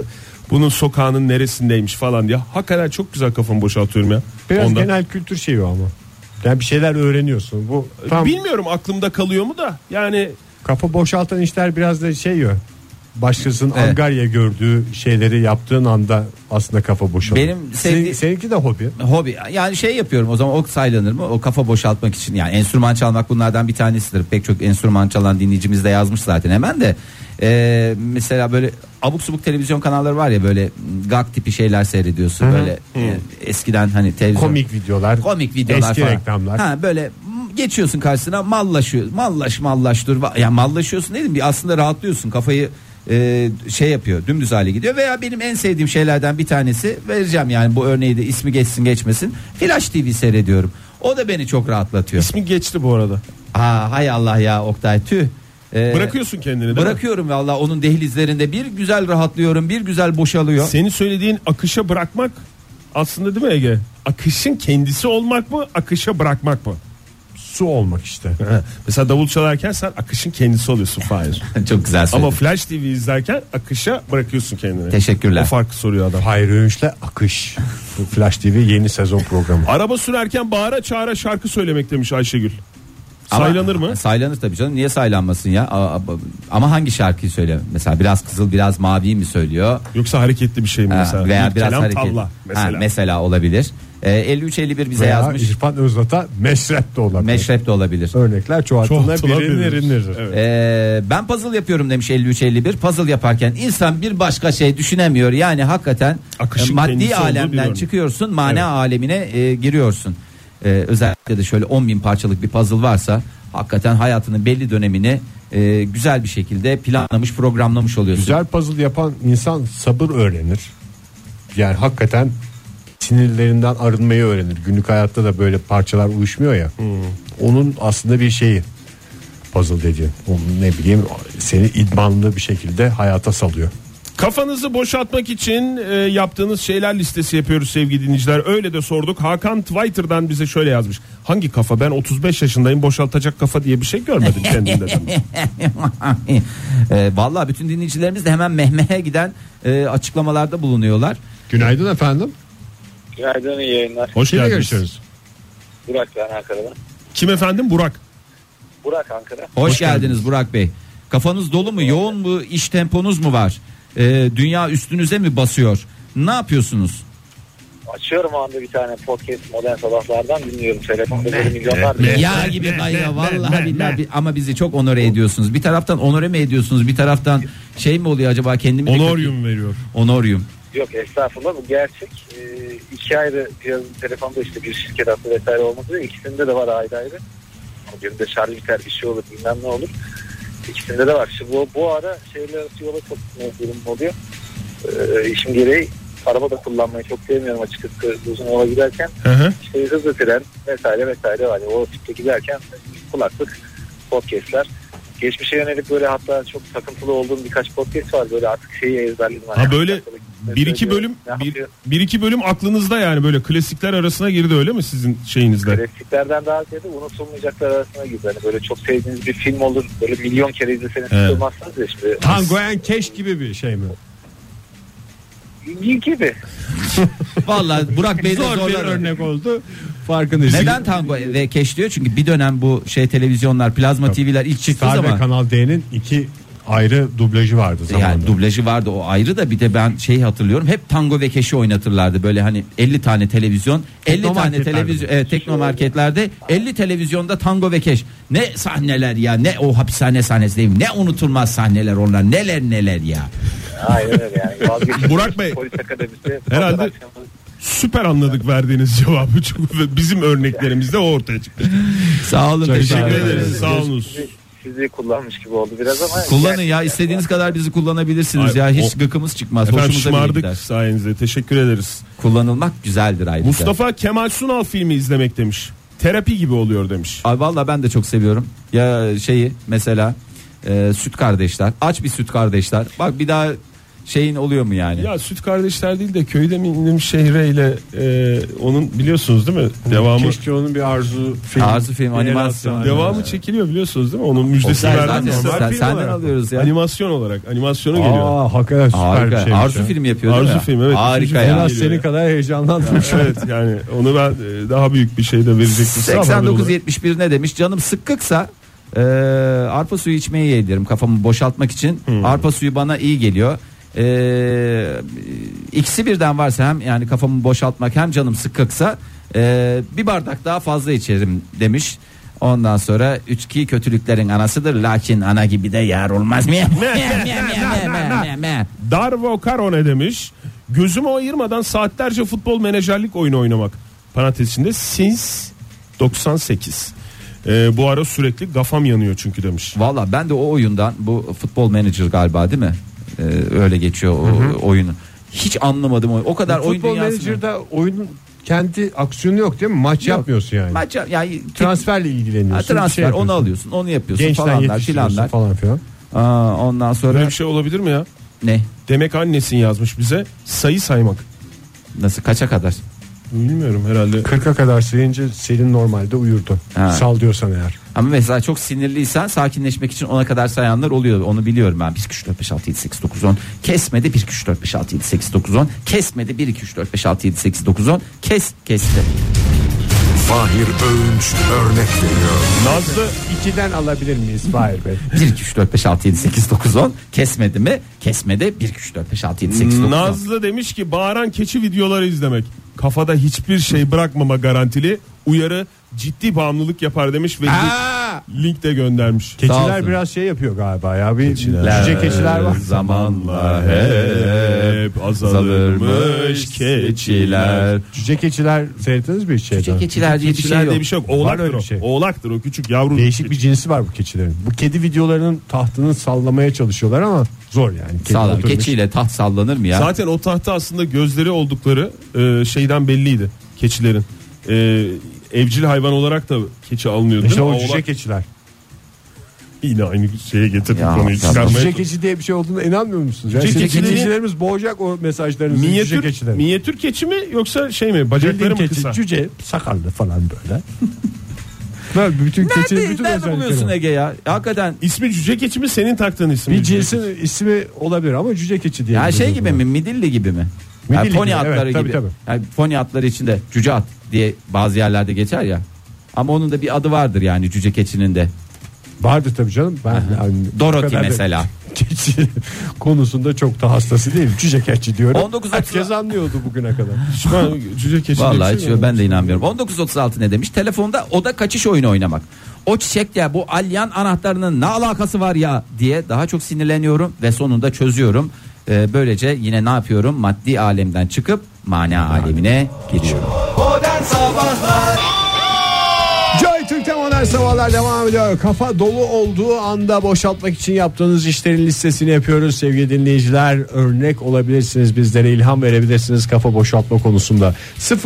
bunun sokağının neresindeymiş falan diye hakikaten çok güzel kafamı boşaltıyorum ya. Biraz ondan. genel kültür şeyi o ama. Yani bir şeyler öğreniyorsun. Bu tam Bilmiyorum aklımda kalıyor mu da yani kafa boşaltan işler biraz da şey ya. Başkasının Evet. angarya gördüğü şeyleri yaptığın anda aslında kafa boşalıyor. Benim Senin- sevdi- seninki de hobi. Hobi yani şey yapıyorum o zaman o saylanır mı? O kafa boşaltmak için yani enstrüman çalmak bunlardan bir tanesidir. Pek çok enstrüman çalan dinleyicimiz de yazmış zaten hemen de. Ee, mesela böyle abuk subuk televizyon kanalları var ya böyle m, gag tipi şeyler seyrediyorsun böyle e, eskiden hani televizyon Komik videolar. komik videolar eski falan. reklamlar. Ha böyle m, geçiyorsun karşısına mallaşıyor. Mallaş mallaş dur. Va- Ya mallaşıyorsun dedim bir aslında rahatlıyorsun kafayı e, şey yapıyor dümdüz hale gidiyor veya benim en sevdiğim şeylerden bir tanesi vereceğim yani bu örneği de ismi geçsin geçmesin Flash TV seyrediyorum o da beni çok rahatlatıyor ismi geçti bu arada. ha hay Allah ya Oktay tüh Ee, Bırakıyorsun kendini değil mi? bırakıyorum valla onun dehlizlerinde bir güzel rahatlıyorum bir güzel boşalıyor Senin söylediğin akışa bırakmak aslında değil mi Ege? Akışın kendisi olmak mı akışa bırakmak mı? Su olmak işte. Ha, Mesela davul çalarken sen akışın kendisi oluyorsun Fahir. çok güzel söyledin. Ama Flash TV izlerken akışa bırakıyorsun kendini. Teşekkürler. O farkı soruyor adam. Hayır Öğünç'le Akış. Bu Flash TV yeni sezon programı. Araba sürerken bağıra çağıra şarkı söylemek demiş Ayşegül. Ama- Saylanır mı? Saylanır tabii canım. Niye saylanmasın ya? A- a- Ama hangi şarkıyı söylüyor? Mesela biraz kızıl biraz mavi mi söylüyor? Yoksa hareketli bir şey mi Ha, mesela? veya İlk biraz kelam hareket. tavla Ha, mesela. mesela olabilir. E, 53-51 bize Veya yazmış. İrfan Özdat'a meşrep de olabilir. Meşrep de olabilir. Örnekler çoğaltılabilir. Çoğaltılabilir. Evet. Ee, ben puzzle yapıyorum demiş 53-51. Puzzle yaparken insan bir başka şey düşünemiyor. Yani hakikaten Akışın e, kendisi maddi olduğu bir alemden örnek. çıkıyorsun mana Evet. alemine e, giriyorsun. Ee, özellikle de şöyle 10 bin parçalık bir puzzle varsa hakikaten hayatının belli dönemini e, güzel bir şekilde planlamış programlamış oluyorsun. Güzel puzzle yapan insan sabır öğrenir. Yani hakikaten sinirlerinden arınmayı öğrenir. Günlük hayatta da böyle parçalar uyuşmuyor ya. Onun aslında bir şeyi puzzle dediğin. Onun ne bileyim seni idmanlı bir şekilde hayata salıyor. Kafanızı boşaltmak için e, yaptığınız şeyler listesi yapıyoruz sevgili dinleyiciler. Öyle de sorduk. Hakan Twitter'dan bize şöyle yazmış. Hangi kafa? Ben 35 yaşındayım. Boşaltacak kafa diye bir şey görmedim kendimde. demiş. e, vallahi bütün dinleyicilerimiz de hemen mehmeye giden e, açıklamalarda bulunuyorlar. Günaydın efendim. Günaydın iyi yayınlar. Hoş Kimle geldiniz. görüşüyoruz? Burak ben Ankara'dan. Kim efendim? Burak. Burak Ankara. Hoş, Hoş geldiniz, geldiniz. Burak Bey. Kafanız dolu mu, yoğun mu, iş temponuz mu var? E, dünya üstünüze mi basıyor? Ne yapıyorsunuz? Açıyorum o anda bir tane podcast modern sabahlardan dinliyorum. Telefonda böyle milyonlar Ne? Yağ gibi kayıyor vallahi billahi bi- ama bizi çok onore ediyorsunuz. Bir taraftan onore mi ediyorsunuz? Bir taraftan şey mi oluyor acaba kendimi de- Honoryum veriyor. Honorium. yok estağfurullah bu gerçek. Ee, iki ayrı cihazın telefonda işte bir şirket hattı vesaire olmak üzere ikisinde de var ayrı ayrı. Ama Birinde şarj biter bir şey olur bilmem ne olur. İkisinde de var. Şimdi bu, bu ara şeyler arası yola çok durum oluyor. Ee, işim gereği araba da kullanmayı çok sevmiyorum açıkçası uzun yola giderken. Hı hı. işte hızlı tren vesaire vesaire hani o tipte giderken kulaklık podcastler geçmişe yönelik böyle hatta çok takıntılı olduğum birkaç podcast var böyle artık şeyi ezberledim. Hani Ha böyle bir iki bölüm bir, bir iki bölüm aklınızda yani böyle klasikler arasına girdi öyle mi sizin şeyinizde? Klasiklerden daha ziyade unutulmayacaklar arasına gibi. Hani böyle çok sevdiğiniz bir film olur. Böyle milyon kere izleseniz Evet. sıkılmazsınız ya şimdi. Tango and Cash gibi bir şey mi? İlgi gibi. Vallahi Burak Bey de Zor bir zorlar. örnek oldu. Farkındayız. Neden tango ve keş diyor? Çünkü bir dönem bu şey televizyonlar, plazma TV'ler ilk çıktığı Star ve zaman Kanal D'nin iki ayrı dublajı vardı zamanında. Yani dublajı vardı o ayrı da bir de ben şeyi hatırlıyorum. Hep tango ve keşi oynatırlardı. Böyle hani 50 tane televizyon, 50 tane Teknomarketlerde televizyon, evet, teknomarketlerde 50 televizyonda tango ve keş. Ne sahneler ya, ne o hapishane sahnesi değil mi? Ne unutulmaz sahneler onlar. Neler neler ya. Aynen öyle yani. Vazgeçilmez Burak Bey. Polis akademisi. Herhalde- pazar akşamı- Süper anladık verdiğiniz cevabı. Çünkü bizim örneklerimizde o ortaya çıktı. Sağ olun. Teşekkür ederim. ederiz. Sağ olunuz. Sizi- Sizi kullanmış gibi oldu biraz ama. Kullanın gerçekten- ya istediğiniz kadar bizi kullanabilirsiniz Ay, ya. Hiç o- gıkımız çıkmaz. Efendim Hoşumuza bile şımardık gider. sayenizde. Teşekkür ederiz. Kullanılmak güzeldir ayrıca. Mustafa Kemal Sunal filmi izlemek demiş. Terapi gibi oluyor demiş. Ay valla ben de çok seviyorum. Ya şeyi mesela e, süt kardeşler. Aç bir süt kardeşler. Bak bir daha şeyin oluyor mu yani? Ya süt kardeşler değil de köyde mi indim şehre ile e, onun biliyorsunuz değil mi? Devamı şey- Keşke onun bir arzu film. Arzu film, animasyon. Devam- devamı çekiliyor biliyorsunuz değil mi? Onun müjdesi Oktay, verdi. zaten Normal sen- film senden olarak. alıyoruz ya. Animasyon olarak animasyonu geliyor. Aa hakikaten süper Harika. bir şeymiş. Arzu ya. filmi yapıyor değil şey Arzu mi? filmi, evet. Harika Üçüncü En ya. az Geliyor ya. seni kadar heyecanlandım şu an. evet yani onu ben e, daha büyük bir şey de verecektim. size ama haber olarak. 89-71 ne demiş? Canım sıkkıksa e, arpa suyu içmeyi yeğlerim kafamı boşaltmak için. Arpa suyu bana iyi geliyor. E, ikisi birden varsa hem yani kafamı boşaltmak hem canım sıkkıksa e, bir bardak daha fazla içerim demiş. Ondan sonra üçki kötülüklerin anasıdır lakin ana gibi de yar olmaz mı? Darvo Caro ne demiş? Gözümü ayırmadan saatlerce futbol menajerlik oyunu oynamak. Parantez içinde since 98. E, bu ara sürekli gafam yanıyor çünkü demiş. Valla ben de o oyundan bu futbol manager galiba değil mi? Ee, öyle geçiyor o oyunu. Hiç anlamadım o. O kadar oyun Futbol dünyasını. Manager'da oyunun kendi aksiyonu yok değil mi? Maç Yok. yapmıyorsun yani. Maç ya- yani tek- Transferle ha, ilgileniyorsun. bir şey transfer yapıyorsun. onu alıyorsun, onu yapıyorsun Gençten falanlar yetiştiriyorsun filanlar. falan filan. Aa, ondan sonra Böyle bir şey olabilir mi ya? ne? Demek annesin yazmış bize sayı saymak. Nasıl kaça kadar? Bilmiyorum herhalde. 40'a kadar sayınca Selin normalde uyurdu. Ha. Sal diyorsan eğer. Ama mesela çok sinirliysen sakinleşmek için ona kadar sayanlar oluyor. Onu biliyorum ben. 1 2 3 4 5 6 7 8 9 10. Kesmedi 1 2 3 4 5 6 7 8 9 10. Kesmedi 1 2 3 4 5 6 7 8 9 10. Kes kesti. Fahir Öğünç örnek veriyor. Nazlı 2'den alabilir miyiz Fahir Bey? 1 2 3 4 5 6 7 8 9 10 kesmedi mi? Kesmedi. 1 2 3 4 5 6 7 8 9 10. Nazlı demiş ki bağıran keçi videoları izlemek. Kafada hiçbir şey bırakmama garantili. Uyarı ciddi bağımlılık yapar demiş ve link, link de göndermiş. Sağ Keçiler olsun. biraz şey yapıyor galiba ya. Bir cüce keçiler var. Zamanla hep azalırmış keçiler. Cüce keçiler seyrettiniz mi hiç şeyden? keçiler diye bir şey Keçiler yok. diye bir şey yok. Oğlaktır öyle o. bir şey. Oğlaktır o küçük yavru. Değişik bir şey. cinsi var bu keçilerin. Bu kedi videolarının tahtını sallamaya çalışıyorlar ama zor yani. Kedi Sağlam oturmuş. keçiyle taht sallanır mı ya? Zaten o tahta aslında gözleri oldukları e, şeyden belliydi keçilerin. E, evcil hayvan olarak da keçi alınıyordu. İşte değil mi? o cüce Oğlak- keçiler. Yine aynı şeye getirdik Ya, konuyu. ya, çıkarmaya Cüce keçi diye bir şey olduğuna inanmıyor musunuz? Ya Cüce Cüce keçilerin- keçilerimiz boğacak o mesajlarınızı cüce Minyatür, keçilerin. minyatür keçi mi yoksa şey mi bacakları Bildiğin mı keçi, kısa? cüce, sakallı falan böyle. Böyle bütün keçi, Nerede, bütün nerede buluyorsun özellikleri. var. Ege ya? Hakikaten İsmi cüce keçi mi senin taktığın isim? mi Bir cüce cinsin ismi olabilir ama cüce keçi diye. ya şey biliyoruz gibi bunu. mi? Midilli gibi mi? Midilli yani pony gibi, atları evet, tabii, gibi. tabii. Yani pony atları içinde cüce at diye bazı yerlerde geçer ya. Ama onun da bir adı vardır yani cüce keçinin de. Vardı tabii canım. Ben yani bu Dorothy kadar da mesela. Keçi konusunda çok da hastası değil. Cüce keçi diyorum. 19 Herkes anlıyordu bugüne kadar. keçi? Ben cüce keçi diye bir Vallahi şey hiç mi? ben de inanmıyorum. 1936 ne demiş? Telefonda oda kaçış oyunu oynamak. O çiçek ya bu alyan anahtarının ne alakası var ya diye daha çok sinirleniyorum ve sonunda çözüyorum. Ee, böylece yine ne yapıyorum? Maddi alemden çıkıp mana alemine giriyorum. Joy Türk'te modern sabahlar devam ediyor. Kafa dolu olduğu anda boşaltmak için yaptığınız işlerin listesini yapıyoruz. Sevgili dinleyiciler örnek olabilirsiniz. Bizlere ilham verebilirsiniz kafa boşaltma konusunda.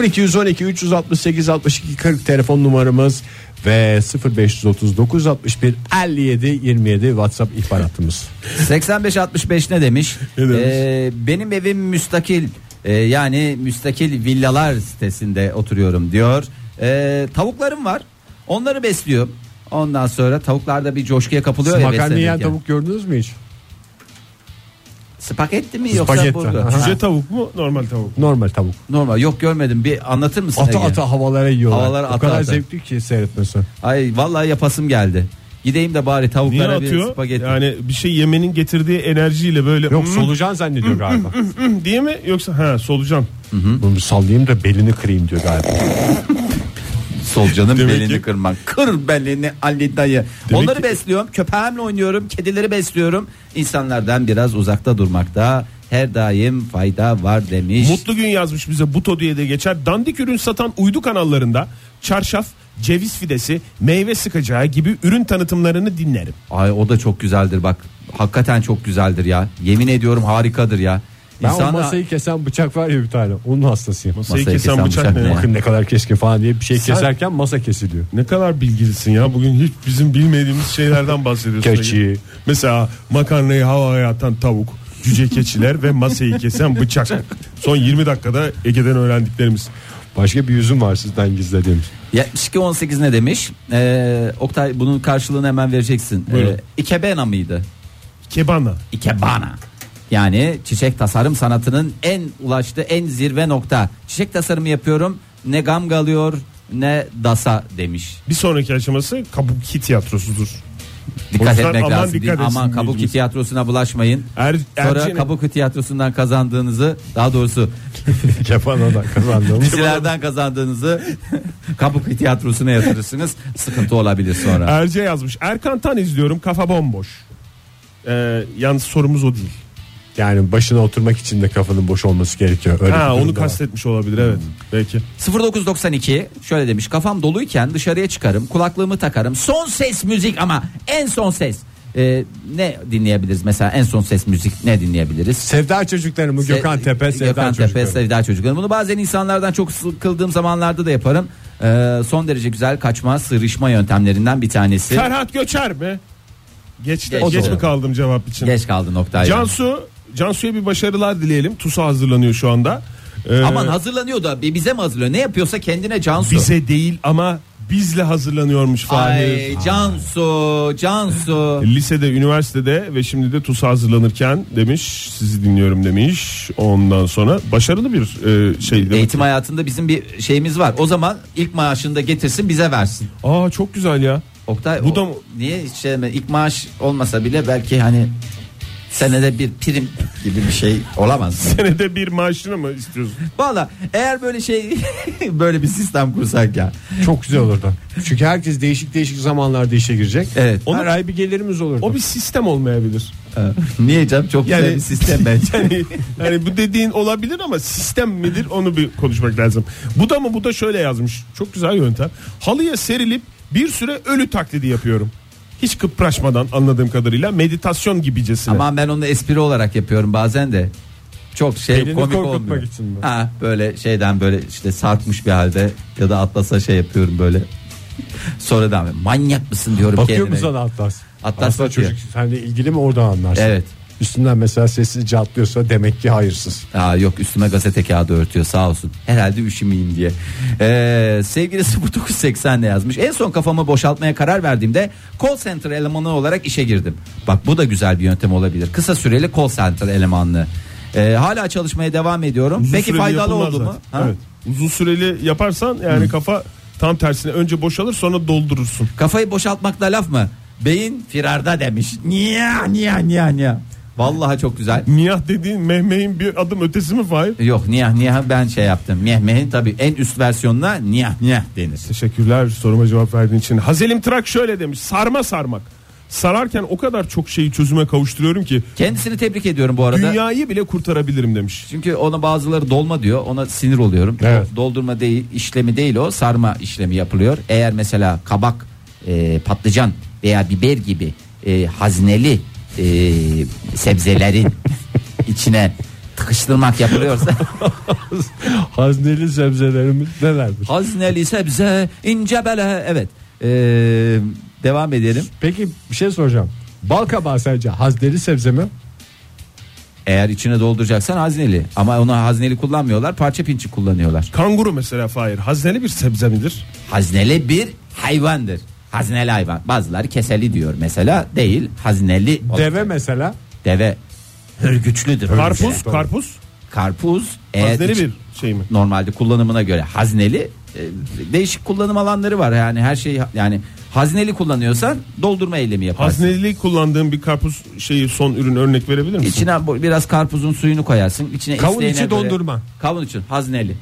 0212 368 62 40 telefon numaramız ve 0539 61 57 27 WhatsApp ihbar hattımız. 85-65 ne demiş? Ne demiş? Ee, benim evim müstakil Ee, yani müstakil villalar sitesinde oturuyorum diyor. Ee, tavuklarım var. Onları besliyorum. Ondan sonra tavuklarda bir coşkuya kapılıyor. ya Makarna yiyen beslenirken. tavuk gördünüz mü hiç? Spagetti mi yoksa Spagetti, burger? aha. Cüce tavuk mu normal tavuk mu? Normal tavuk. Normal yok görmedim bir anlatır mısın Ata Ege? ata havalara yiyorlar. Havalara o ata kadar ata. zevkli ki seyretmesi. Ay vallahi yapasım geldi. Gideyim de bari Niye tavuklara bir atıyor? spagetti. Yani bir şey yemenin getirdiği enerjiyle böyle Yok "Hmm, solucan zannediyor galiba. hmm" diye mi yoksa ha solucan. Bunu bir sallayayım da belini kırayım diyor galiba. Solucanın Demek belini ki- kırmak. Kır belini Ali dayı. Demek Onları ki- besliyorum. Köpeğimle oynuyorum. Kedileri besliyorum. İnsanlardan biraz uzakta durmakta her daim fayda var demiş. Mutlu gün yazmış bize Buto diye de geçer. Dandik ürün satan uydu kanallarında çarşaf, ceviz fidesi, meyve sıkacağı gibi ürün tanıtımlarını dinlerim. Ay o da çok güzeldir bak. Hakikaten çok güzeldir ya. Yemin ediyorum harikadır ya. Ben o İnsan- masayı kesen bıçak var ya bir tane. Onun hastasıyım. Masayı kesen bıçak ne? ya? Bakın ne kadar keşke falan diye bir şey Sen- keserken masa kesiliyor. Ne kadar bilgilisin ya bugün hiç bizim bilmediğimiz şeylerden bahsediyorsun. Keçi. Mesela makarnayı havaya atan tavuk. cüce keçiler ve masayı kesen bıçak. Son 20 dakikada Ege'den öğrendiklerimiz. Başka bir yüzüm var sizden gizlediğim. 72 18 ne demiş? Ee, Oktay bunun karşılığını hemen vereceksin. Buyurun. Ee, ikebana mıydı? Kebana. Ikebana. Yani çiçek tasarım sanatının en ulaştığı en zirve nokta. Çiçek tasarımı yapıyorum. Ne gamga alıyor ne dasa demiş. Bir sonraki aşaması kabuki tiyatrosudur. O Dikkat yüzden etmek aman lazım. değil mi? dikkat etsin aman kabuki dinleyicimiz. tiyatrosuna bulaşmayın. Er, Sonra Erçenin- kabuki tiyatrosundan kazandığınızı daha doğrusu Kefanadan kazandığımız. dizilerden kazandığınızı kabuki tiyatrosuna yatırırsınız. Sıkıntı olabilir sonra. Erce yazmış. Erkan Tan izliyorum kafa bomboş. Ee, yalnız sorumuz o değil. Yani başına oturmak için de kafanın boş olması gerekiyor. Öyle bir ha durum onu da var. Hmm. kastetmiş olabilir evet. Belki. 0992 şöyle demiş kafam doluyken dışarıya çıkarım kulaklığımı takarım son ses müzik ama en son ses Ee, ne dinleyebiliriz mesela en son ses müzik ne dinleyebiliriz? Sevda çocukları mı? Gökhan Se- Tepe, Sevda Gökhan çocukları. Tepe, Sevda Çocukları. Bunu bazen insanlardan çok sıkıldığım zamanlarda da yaparım. Ee, son derece güzel kaçma, sırışma yöntemlerinden bir tanesi. Ferhat Göçer mi? Geç, Geç. geç mi kaldım cevap için? Geç kaldı noktayı. Cansu, Cansu'ya bir başarılar dileyelim. TUS'a hazırlanıyor şu anda. Ee, Aman hazırlanıyor da bi- bize mi hazırlıyor? Ne yapıyorsa kendine Cansu. bize değil ama bizle hazırlanıyormuş Fahir. Ay Cansu, Cansu. Lisede, üniversitede ve şimdi de TUS'a hazırlanırken demiş sizi dinliyorum demiş. Ondan sonra başarılı bir e, şey. demek. Eğitim hayatında bizim bir şeyimiz var. O zaman ilk maaşını da getirsin bize versin. Aa çok güzel ya. Oktay Bu o- da mı- niye hiç şey deme? ilk maaş olmasa bile belki hani senede bir prim gibi bir şey olamaz. mı? Senede bir maaşını mı istiyorsun? Valla eğer böyle şey böyle bir sistem kursak ya. Çok güzel olurdu. Çünkü herkes değişik değişik zamanlarda işe girecek. Evet. Her ay bir gelirimiz olurdu. O bir sistem olmayabilir. Ee, Niye canım çok güzel Yani- bir sistem bence. Yani, yani bu dediğin olabilir ama sistem midir onu bir konuşmak lazım. Bu da mı bu da şöyle yazmış. Çok güzel yöntem. Halıya serilip bir süre ölü taklidi yapıyorum. Hiç kıpraşmadan anladığım kadarıyla meditasyon gibicesine. Ama ben onu espri olarak yapıyorum bazen de. Çok şey Elini komik korkutmak olmuyor. için mi? Ha böyle şeyden böyle işte sarkmış bir halde ya da atlasa şey yapıyorum böyle. Sonra da manyak mısın diyorum Bakıyor kendime. mu sana Atlas? Atlas Aslında bakıyor. çocuk seninle ilgili mi oradan anlarsın? Evet. Üstünden mesela sessizce atlıyorsa demek ki hayırsız. Aa, yok üstüme gazete kağıdı örtüyor sağ olsun. Herhalde üşümeyeyim diye. Ee, sevgili 0980 ne yazmış? En son kafamı boşaltmaya karar verdiğimde call center elemanı olarak işe girdim. Bak bu da güzel bir yöntem olabilir. Kısa süreli call center elemanlığı. Ee, hala çalışmaya devam ediyorum. Uzun Peki süreli faydalı yapılmaz oldu mu? zaten. Ha? Evet. Uzun süreli yaparsan yani kafa tam tersine önce boşalır sonra doldurursun. Kafayı boşaltmakla laf mı? Beyin firarda demiş. Niye niye niye niye? Vallahi çok güzel. Niyah dediğin mehmeğin bir adım ötesi mi Fahir? Yok niyah niyah ben şey yaptım. Mehmet'in tabii en üst versiyonuna niyah niyah denir. Teşekkürler soruma cevap verdiğin için. Hazelim Trak şöyle demiş. Sarma sarmak. Sararken o kadar çok şeyi çözüme kavuşturuyorum ki Kendisini tebrik ediyorum bu arada. dünyayı bile kurtarabilirim demiş. Çünkü ona bazıları dolma diyor. Ona sinir oluyorum. Evet. O Doldurma değil, işlemi değil o. Sarma işlemi yapılıyor. Eğer mesela kabak, e, patlıcan veya biber gibi e, hazneli e, sebzelerin içine tıkıştırmak yapılıyorsa Hazneli sebzelerimiz nelerdir? hazneli sebze ince bele evet E, devam edelim Peki bir şey soracağım. Bal kabağı sence hazneli sebze mi? eğer içine dolduracaksan hazneli ama ona hazneli kullanmıyorlar parça pinçi kullanıyorlar Kanguru mesela Fahir hazneli bir sebze midir? hazneli bir hayvandır. Hazneli hayvan. Bazıları keseli diyor mesela değil. Hazneli olacak. Deve mesela. Deve hürgüçlüdür. Karpuz, şey. karpuz Karpuz eğer hazneli iç- bir şey mi? normalde kullanımına göre hazneli e, değişik kullanım alanları var. Yani her şeyi yani hazneli kullanıyorsan doldurma eylemi yaparsın. Hazneli kullandığın bir karpuz şeyi son ürün örnek verebilir misin? İçine bu- biraz karpuzun suyunu koyarsın. İçine Kavun isteğine içi göre- dondurma. Kavun için hazneli.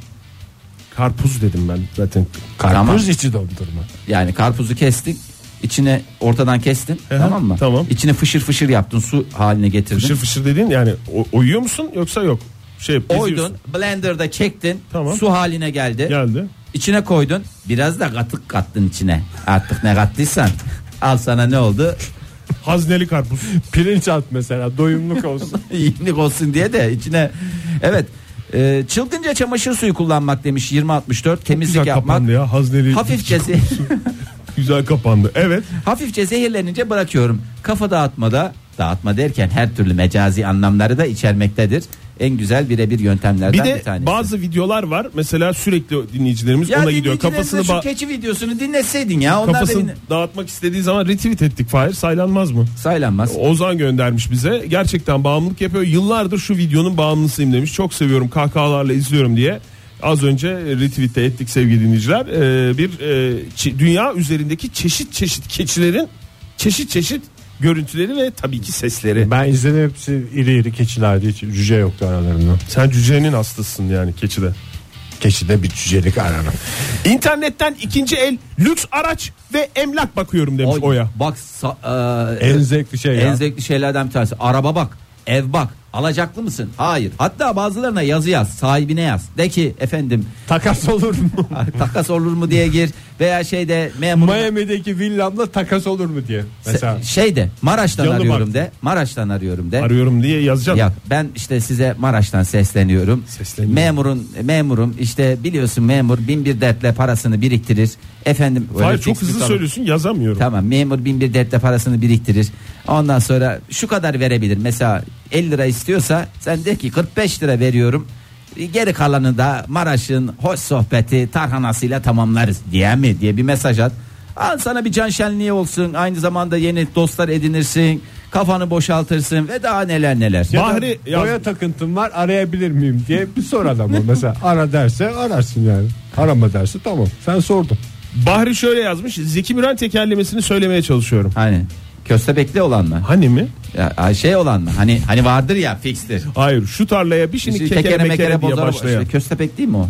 Karpuz dedim ben zaten. Karpuz Tamam. içi dondurma. Yani karpuzu kestin. içine ortadan kestin. Ehe, tamam mı? tamam. İçine fışır fışır yaptın. Su haline getirdin. Fışır fışır dediğin yani o- oyuyor musun yoksa yok? Şey Oydun, eziyorsun. blenderda çektin, Tamam. su haline geldi. Geldi. İçine koydun, biraz da katık kattın içine. Artık ne kattıysan al sana ne oldu? Hazneli karpuz. Pirinç at mesela doyumluk olsun. İyilik olsun diye de içine. Evet, e, çılgınca çamaşır suyu kullanmak demiş 2064 temizlik Güzel yapmak. kapandı ya hazneli. Hafifçe Güzel kapandı. Evet. hafifçe zehirlenince bırakıyorum. Kafa dağıtmada Dağıtma derken her türlü mecazi anlamları da içermektedir. En güzel birebir yöntemlerden Bir bir, de tanesi. bazı videolar var. Mesela sürekli dinleyicilerimiz ya ona gidiyor. Kafasını şu ba- keçi videosunu dinleseydin ya. Onlar da kafasını beni- dağıtmak istediği zaman retweet ettik Fahir. Saylanmaz mı? saylanmaz. Ozan göndermiş bize. Gerçekten bağımlılık yapıyor. Yıllardır şu videonun bağımlısıyım demiş. Çok seviyorum kahkahalarla izliyorum diye. Az önce retweet'te ettik sevgili dinleyiciler. Ee, bir e, çi- dünya üzerindeki çeşit çeşit keçilerin çeşit çeşit görüntüleri ve tabii ki sesleri. Ben izledim hepsi iri iri keçilerdi. Hiç cüce yoktu aralarında. Sen cücenin hastasın yani keçide. Keçide bir cücelik aranır. İnternetten ikinci el lüks araç ve emlak bakıyorum demiş Oy, Oya. Bak sa- e, En zevkli şey ya. En zevkli şeylerden bir tanesi. Araba bak, ev bak. Alacaklı mısın? Hayır. Hatta bazılarına yazı yaz, sahibine yaz. De ki efendim Takas olur mu? takas olur mu diye gir veya şeyde memur Miami'deki villamla takas olur mu diye. Mesela. şeyde Maraş'tan Canlı arıyorum bak. de. Maraş'tan arıyorum de. Arıyorum diye yazacağım. Ya ben işte size Maraş'tan sesleniyorum. Sesleniyorum. Memurun memurum işte biliyorsun memur bin bir dertle parasını biriktirir. Efendim Hayır Öyle çok fix bir hızlı kalıp- söylüyorsun yazamıyorum. Tamam memur bin bir dertle parasını biriktirir. Ondan sonra şu kadar verebilir. Mesela 50 lira istiyorsa sen de ki 45 lira veriyorum. Geri kalanı da Maraş'ın hoş sohbeti tarhanasıyla tamamlarız diye mi diye bir mesaj at. Al sana bir can şenliği olsun. Aynı zamanda yeni dostlar edinirsin. Kafanı boşaltırsın ve daha neler neler. Ya da Bahri yaz- boya takıntım var arayabilir miyim diye bir sor adamı mesela ara derse ararsın yani arama derse tamam sen sordun Bahri şöyle yazmış. Zeki Müren tekerlemesini söylemeye çalışıyorum. Hani köstebekli olan mı? Hani mi? Ya, şey olan mı? Hani hani vardır ya fikstir. Hayır şu tarlaya bir şimdi Şimdi kekere, mekere, diye bozar- başlayan. İşte köstebek değil mi o?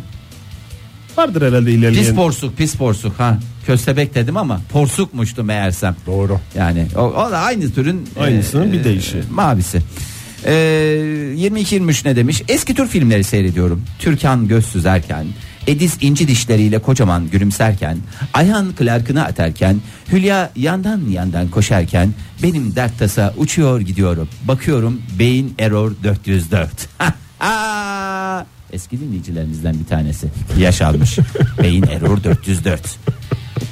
Vardır herhalde Pis ilerleyen. porsuk pis porsuk ha. Köstebek dedim ama porsukmuştu meğersem. doğru Yani o, o da aynı türün Aynısının bir değişi. Ee, Mavisi. E, 22-23 ne demiş? Eski tür filmleri seyrediyorum. Türkan göz süzerken, Ediz inci dişleriyle kocaman gülümserken, Ayhan Clark'ını atarken, Hülya yandan yandan koşarken, benim dert tasa uçuyor gidiyorum. Bakıyorum beyin error 404. Eski dinleyicilerimizden bir tanesi yaşanmış. beyin error 404.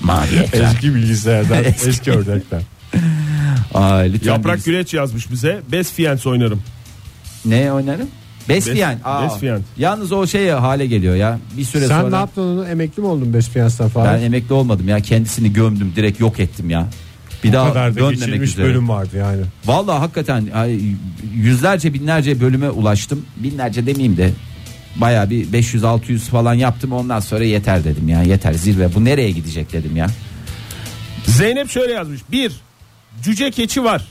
Mavi ekran. eski bilgisayardan Eski. eski örnekten Aa, lütfen Yaprak biz- Güleç yazmış bize. Best Fiance oynarım. Ne oynarım? Besfiyen. Aa, Besfiyen. Yalnız o şey hale geliyor ya. Bir süre sen sonra ne yaptın onu emekli mi oldun Bespiyans'tan falan ben emekli olmadım ya. Kendisini gömdüm, direkt yok ettim ya. Bir o daha kadar da dönmemek geçilmiş üzere. bölüm vardı yani Vallahi hakikaten ay, yüzlerce binlerce bölüme ulaştım. Binlerce demeyeyim de baya bir 500-600 falan yaptım. Ondan sonra yeter dedim ya. Yeter zirve. Bu nereye gidecek dedim ya. Zeynep şöyle yazmış. Bir, cüce keçi var.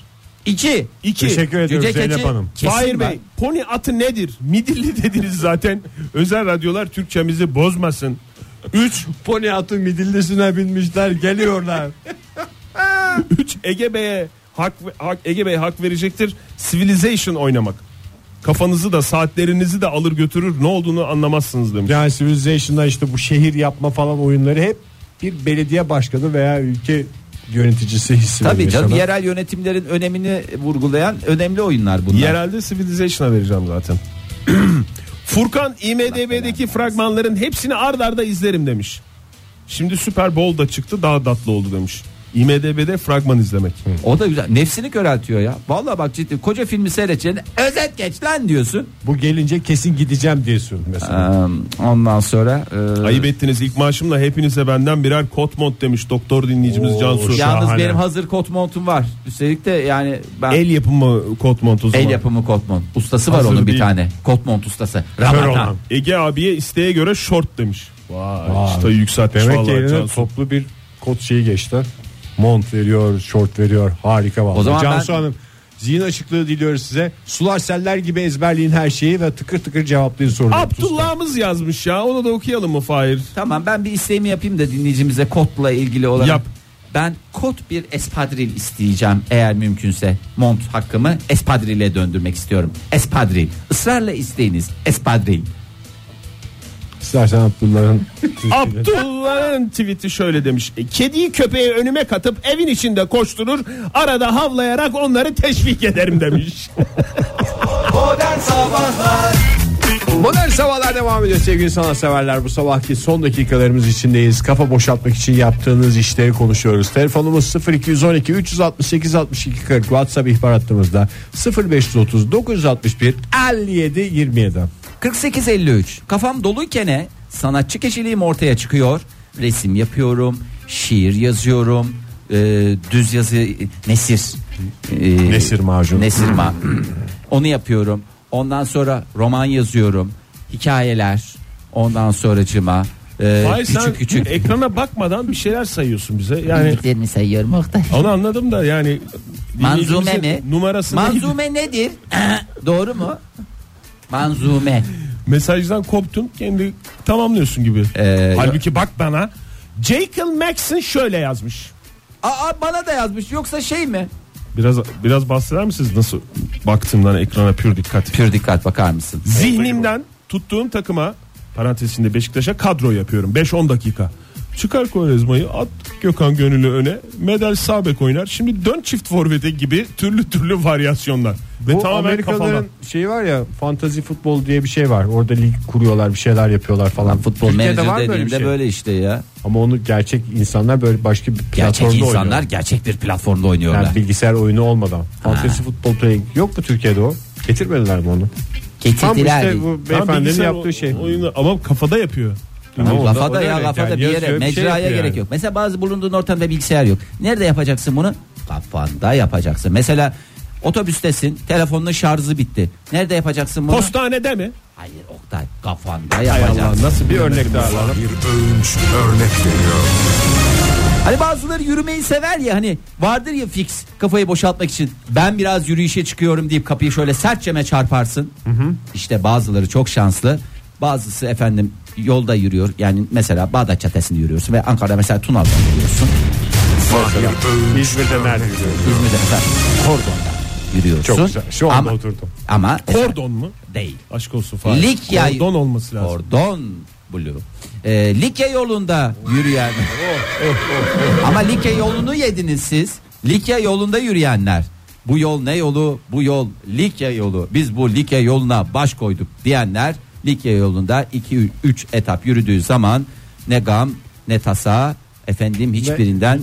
İki. İki, Teşekkür ediyoruz Cüce Zeynep keçi. Hanım. Kesin Fahir ben. Bey pony atı nedir? Midilli dediniz zaten. Özel radyolar Türkçemizi bozmasın. Üç, Pony atı midillisine binmişler geliyorlar üç Ege Bey'e hak, hak, Ege Bey hak verecektir. Civilization oynamak. Kafanızı da saatlerinizi de alır götürür ne olduğunu anlamazsınız demiş. yani Civilization'da işte bu şehir yapma falan oyunları hep bir belediye başkanı veya ülke yöneticisi hissi Tabii veriyor canım sana. yerel yönetimlerin önemini vurgulayan önemli oyunlar bunlar. Yerelde Civilization'a vereceğim zaten. Furkan IMDB'deki fragmanların hepsini ard arda izlerim demiş. Şimdi Super Bowl da çıktı daha tatlı oldu demiş. IMDB'de fragman izlemek. O da güzel. Nefsini köreltiyor ya. Vallahi bak ciddi koca filmi seyredeceğine özet geç lan diyorsun. bu gelince kesin gideceğim diyorsun mesela Ee, ondan sonra e, Ayıp ettiniz ilk maaşımla hepinize benden birer kot mont demiş doktor dinleyicimiz Oo, Cansu. yalnız Şahane. benim hazır kot montum var. Üstelik de yani ben el, el yapımı kot mont o zaman. yapımı kot mont. Ustası Hazır var onun bir değil. tane. Kot mont ustası. Kör Ramazan. olan. Ege abiye isteğe göre short demiş. Vay, Vay. işte yükseltmiş Demek ki vallahi eline Cansu. toplu bir kot şeyi geçti. Mont veriyor, şort veriyor. Harika vallahi. O zaman Cansu ben- Hanım zihin açıklığı diliyoruz size. Sular seller gibi ezberleyin her şeyi ve tıkır tıkır cevaplayın soruları. Abdullah'ımız yazmış ya onu da okuyalım mı Fahir? Tamam ben bir isteğimi yapayım da dinleyicimize kotla ilgili olarak. Yap. Ben kot bir espadril isteyeceğim eğer mümkünse. Mont hakkımı espadrile döndürmek istiyorum. Espadril. Israrla isteyiniz. Espadril. İstersen Abdullah'ın Abdullah'ın tweet'i şöyle demiş. E, Kediyi köpeği önüme katıp evin içinde koşturur. Arada havlayarak onları teşvik ederim demiş. Modern sabahlar devam ediyor sevgili sanatseverler. Bu sabahki son dakikalarımız içindeyiz. Kafa boşaltmak için yaptığınız işleri konuşuyoruz. Telefonumuz 0212 368 62 40 WhatsApp ihbar hattımızda 0530 961 57 27. 48-53 Kafam doluyken sanatçı kişiliğim ortaya çıkıyor. Resim yapıyorum, şiir yazıyorum, e, düz yazı nesir. e, Nesir macunu. Nesir ma- Onu yapıyorum. Ondan sonra roman yazıyorum. Hikayeler. Ondan sonracıma e, Hayır sen küçük küçük ekrana bakmadan bir şeyler sayıyorsun bize. Yani bildiklerini sayıyorum Oktay. onu anladım da yani Manzume mi? dinleyicimizin şey Numarası neydi? Manzume nedir? Doğru mu? Manzume. Mesajdan koptun kendi tamamlıyorsun gibi. Ee, Halbuki bak bana Jekyll Max'in şöyle yazmış. Aa bana da yazmış. Yoksa şey mi? Biraz biraz bahseder misiniz nasıl baktığımdan ekrana pür dikkat. Pür dikkat bakar mısın? Zihnimden tuttuğum takıma parantez içinde Beşiktaş'a kadro yapıyorum. 5-10 dakika. Çıkar Kovarezma'yı at Gökhan Gönül'ü öne. Medel Sabek oynar. Şimdi dön çift forvete gibi türlü türlü varyasyonlar. Ve Bu tamamen kafadan. Amerikalıların şeyi var ya fantazi futbol diye bir şey var. Orada lig kuruyorlar bir şeyler yapıyorlar falan. Futbol Türkiye'de var menajer mı böyle bir dediğinde böyle, şey? işte ya. Ama onu gerçek insanlar böyle başka bir platformda Gerçek oynuyor. insanlar gerçek bir platformda oynuyorlar. Yani bilgisayar oyunu olmadan. Fantasy futbol training yok mu Türkiye'de o? Getirmediler mi onu? Tam Getirdiler. işte bu Tam beyefendinin bilgisayar o- yaptığı şey. Oyunu, ama kafada yapıyor. Hani Tamam, Orada- lafada orada ya evet lafada yani bir yere yazıyor, bir şey mecraya yapıyor gerek yani. yok. Mesela bazı bulunduğun ortamda bilgisayar yok. Nerede yapacaksın bunu? Kafanda yapacaksın. Mesela otobüstesin telefonun şarjı bitti. Nerede yapacaksın bunu? Postanede mi? Hayır Oktay kafanda Hay Allah yapacaksın. nasıl bir örnek daha alalım. Fahir Öğünç örnek veriyor. Hani bazıları yürümeyi sever ya hani vardır ya fix kafayı boşaltmak için ben biraz yürüyüşe çıkıyorum deyip kapıyı şöyle sertçeme çarparsın. İşte bazıları çok şanslı. Bazısı efendim yolda yürüyor. Yani mesela Bağdat Çatesi'nde yürüyorsun ve Ankara'da mesela Tuna'da yürüyorsun. Fahir Öğünç İzmir'de nerede görüyorum? İzmir'de mesela Kordon'da yürüyorsun. Çok güzel. Şu anda ama, oturdum. Ama Kordon mu? değil. Aşk olsun Fahir. Likya- Kordon olması lazım. Kordon Blue. Ee, Likya yolunda yürüyen. Ama Likya yolunu yediniz siz. Likya yolunda yürüyenler. Bu yol ne yolu? Bu yol Likya yolu. Biz bu Likya yoluna baş koyduk diyenler Likya yolunda 2 3 etap yürüdüğü zaman ne gam ne tasa efendim hiçbirinden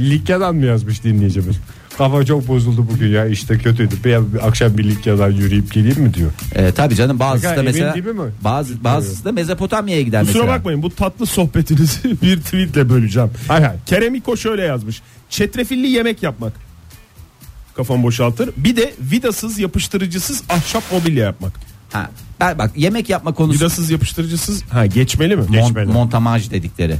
Likya'dan mı yazmış dinleyicimiz? Kafa çok bozuldu bugün ya işte kötüydü. Bir, bir akşam bir Likya'dan yürüyüp geleyim mi diyor. e, tabii canım bazısı da Emin mesela gibi mi? bazı bazısı da Mezopotamya'ya gider Kusura mesela. bakmayın bu tatlı sohbetinizi bir tweetle böleceğim. Hay hay. Kerem İko şöyle yazmış. Çetrefilli yemek yapmak. Kafam boşaltır. Bir de vidasız yapıştırıcısız ahşap mobilya yapmak. Ha, ben bak yemek yapma konusu Vidasız yapıştırıcısız ha geçmeli mi? Mon- Geçmeli. montamaj dedikleri.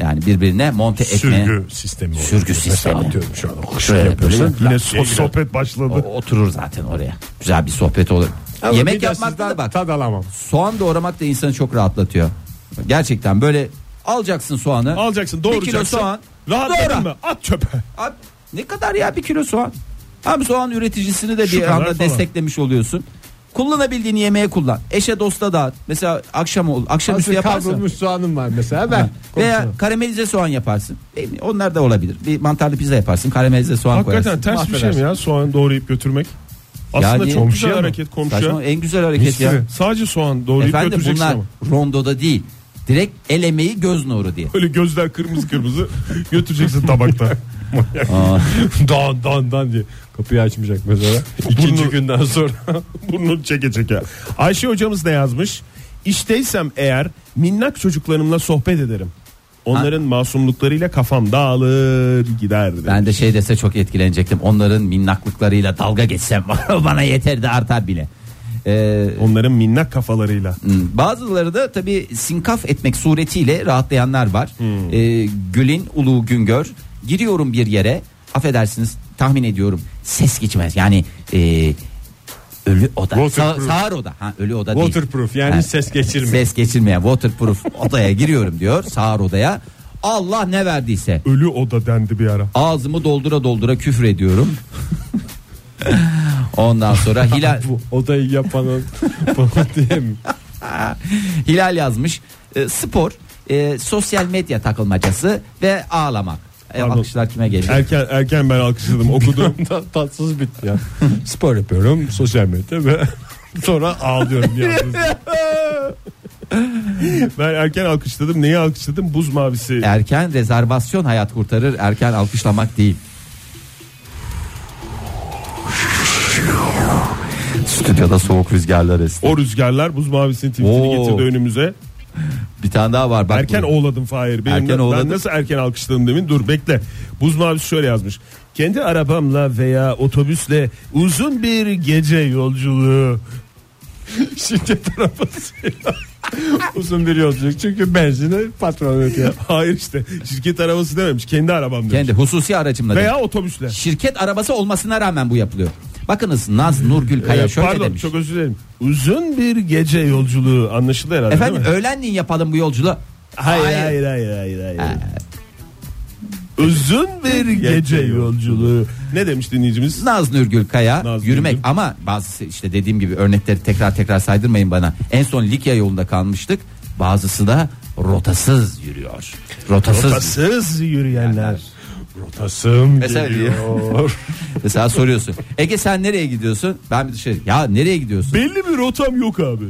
Yani birbirine monte etme. Sürgü sistemi. oluyor. Sürgü Mesela sistemi. atıyorum şu anda. Kuşun Şöyle yapıyorsun. böyle Yine Laf diye so- girer. sohbet O- başladı. oturur zaten oraya. Güzel bir sohbet olur. Ama bir Yemek de yapmakta sizden da bak. Tad alamam. Soğan doğramak da insanı çok rahatlatıyor. Gerçekten böyle alacaksın soğanı. Alacaksın Bir kilo doğrayacaksın. soğan. Rahatladın Doğra. mı? At çöpe. Abi, ne kadar ya bir kilo soğan? Abi soğan üreticisini de Şu bir kadar anda falan. desteklemiş oluyorsun. Kullanabildiğini yemeğe kullan. Eşe dosta dağıt. Mesela akşam ol, akşam üstü Hazır yaparsan. kavrulmuş soğanım var mesela ben. şey Veya konuşurum. karamelize soğan yaparsın. Değil mi? Onlar da olabilir. Bir mantarlı pizza yaparsın. Karamelize soğan Hakikaten koyarsın. ters bir şey mi ya soğan doğrayıp götürmek? Aslında Yani- çok güzel Komşuya mı? hareket komşuya. Saçma, en güzel hareket ya. Sadece soğan doğrayıp Efendim götüreceksin bunlar ama. rondoda değil. Direkt el emeği göz nuru diye. Böyle gözler kırmızı kırmızı götüreceksin tabakta. Aa, Dan dan dan diye kapıyı açmayacak mesela. İkinci Burnu- günden sonra. Burnunu çeke çeke. Ayşe hocamız da yazmış. İşteysem eğer minnak çocuklarımla sohbet ederim. Onların masumluklarıyla kafam dağılır gider. ben de şey dese çok etkilenecektim. Onların minnaklıklarıyla dalga geçsem bana yeter de artar bile. Ee, Onların minnak kafalarıyla. Hmm, Bazıları da tabii sinkaf etmek suretiyle rahatlayanlar var. Hmm. Ee, Gül'in Ulu Güngör giriyorum bir yere affedersiniz tahmin ediyorum ses geçmez yani e, ölü oda Waterproof. Sa- sağır oda ha ölü oda değil. Waterproof yani Ha, ses geçirmiyor. Ses geçirmeyen waterproof odaya giriyorum diyor sağır odaya Allah ne verdiyse Ölü oda dendi bir ara. ağzımı doldura doldura küfür ediyorum. Ondan sonra Hilal Bu odayı yapanın falan diye mi? Hilal yazmış. E, spor, e, sosyal medya takılmacası ve ağlamak. E, Pardon. Er- alkışlar kime geliyor? Erken erken ben alkışladım okudum. Ta- tatsız bitti ya. Spor yapıyorum sosyal medya ve Sonra ağlıyorum yalnız. ben erken alkışladım. Neyi alkışladım? Buz mavisi. Erken rezervasyon hayat kurtarır. Erken alkışlamak değil. Stüdyoda soğuk rüzgarlar esti. O rüzgarlar buz mavisinin Oo. timsini getirdi önümüze. Bir tane daha var. Bak Erken bu- oğladım Fahir. Benim Erken ben oğladın. nasıl erken alkışladım demin? Dur bekle. Buz mavisi şöyle yazmış. Kendi arabamla veya otobüsle uzun bir gece yolculuğu. Şirket arabasıyla uzun bir yolculuk. Çünkü benzini patron ödüyor. Hayır işte şirket arabası dememiş. Kendi arabam demiş. Kendi hususi aracımla. değil. Veya otobüsle. Şirket arabası olmasına rağmen bu yapılıyor. Bakınız Naz Nurgül Kaya Ee, şöyle pardon demiş. çok özür dilerim. Uzun bir gece yolculuğu anlaşıldı herhalde Efendim değil mi? öğlenleyin yapalım bu yolculuğu. Hayır hayır hayır hayır. hayır. Uzun bir gece yolculuğu. Ne demiş dinleyicimiz? Naz Nurgül Kaya Naz yürümek Nurgül. ama bazı işte dediğim gibi örnekleri tekrar tekrar saydırmayın bana. En son Likya yolunda kalmıştık. Bazısı da rotasız yürüyor. Rotasız. Rotasız yürüyenler. Rotasım Mesela- geliyor. Mesela soruyorsun. Ege sen nereye gidiyorsun? Ben bir dışarı. Ya nereye gidiyorsun? Belli bir rotam yok abi.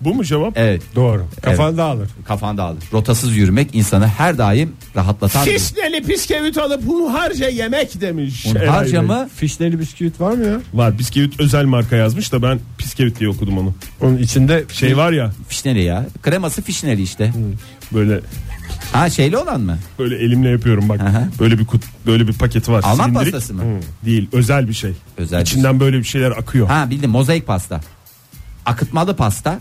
Bu mu cevap? Evet Doğru. Kafan Evet. dağılır. kafanda alır. Rotasız yürümek insanı her daim rahatlatan. bir- şey. Fişneli piskevit alıp hunharca yemek demiş. Hunharca Eray Bey. mı? Fişneli bisküvit var mı ya? Var piskevit özel marka yazmış da ben piskevit diye okudum onu. Onun içinde Şey var ya Fişneli ya. Kreması fişneli işte. Hmm. böyle Ha şeyli olan mı? Böyle elimle yapıyorum bak. Aha. Böyle bir kut, böyle bir paketi var. Alman pastası mı? Hı, Değil, özel bir şey. Özel bir İçinden böyle bir şeyler akıyor. Ha bildim mozaik pasta. Akıtmalı pasta.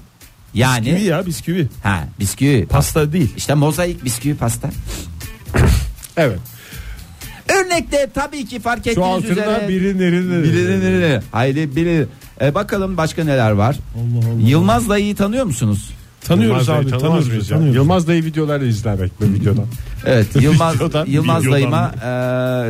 Yani Bisküvi ya bisküvi. ha bisküvi. Pasta değil. İşte mozaik bisküvi pasta. Evet. Örnekte tabii ki fark ettiğiniz altında üzere. biri nerede? Biri nerede? Haydi biri. E, bakalım başka neler var. Yılmaz dayıyı tanıyor musunuz? Tanıyoruz Yılmaz Bey, abi, tanımaz tanıyoruz. mıyız biz, ya? tanıyoruz. Yılmaz Dayı videoları izlemek bu videodan. Evet Yılmaz Videodan- Yılmaz videodan dayıma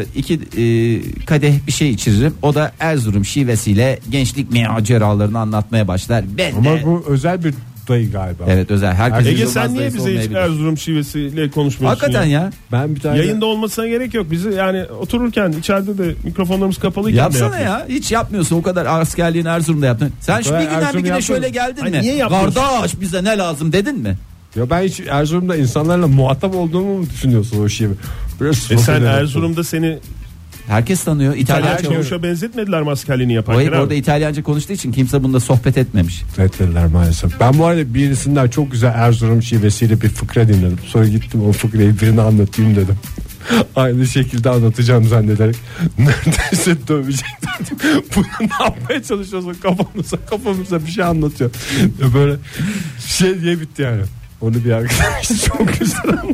e, iki e, kadeh bir şey içiririm. O da Erzurum şivesiyle gençlik maceralarını anlatmaya başlar. Ben Ama de bu özel bir dayı galiba. Evet özel herkes Ege Yılmaz sen niye dayısı bize hiç olmayabilir. Erzurum şivesiyle konuşmuyorsun? Hakikaten ya? ya. Ben bir tane Yayında olmasına gerek yok. Bizi yani otururken içeride de mikrofonlarımız kapalıyken Yapsana de yapıyoruz. ya. Hiç yapmıyorsun. O kadar askerliğini Erzurum'da yaptın. Sen şu bir kadar günden bir Erzurum güne yapmadım. şöyle geldin Ay mi? niye yapmıyorsun? Kardeş bize ne lazım dedin mi? Ya ben hiç Erzurum'da insanlarla muhatap olduğumu mu düşünüyorsun o şeyi? Biraz E sen sohbet edelim. Erzurum'da seni Herkes tanıyor. İtalyanca İtalyan konuşuyor. çavuşa benzetmediler mi askerliğini O yaparken hep orada abi? İtalyanca konuştuğu için kimse bununla sohbet etmemiş. Etmediler maalesef. Ben bu arada birisinden çok güzel Erzurum şivesiyle bir fıkra dinledim. Sonra gittim o fıkrayı birine anlatayım dedim. Aynı şekilde anlatacağım zannederek. Neredeyse dövecek dedim. Bunu ne yapmaya çalışıyorsun kafamıza kafamıza bir şey anlatıyor. Ya Böyle şey diye bitti yani. Onu bir arkadaş çok güzel anlattı.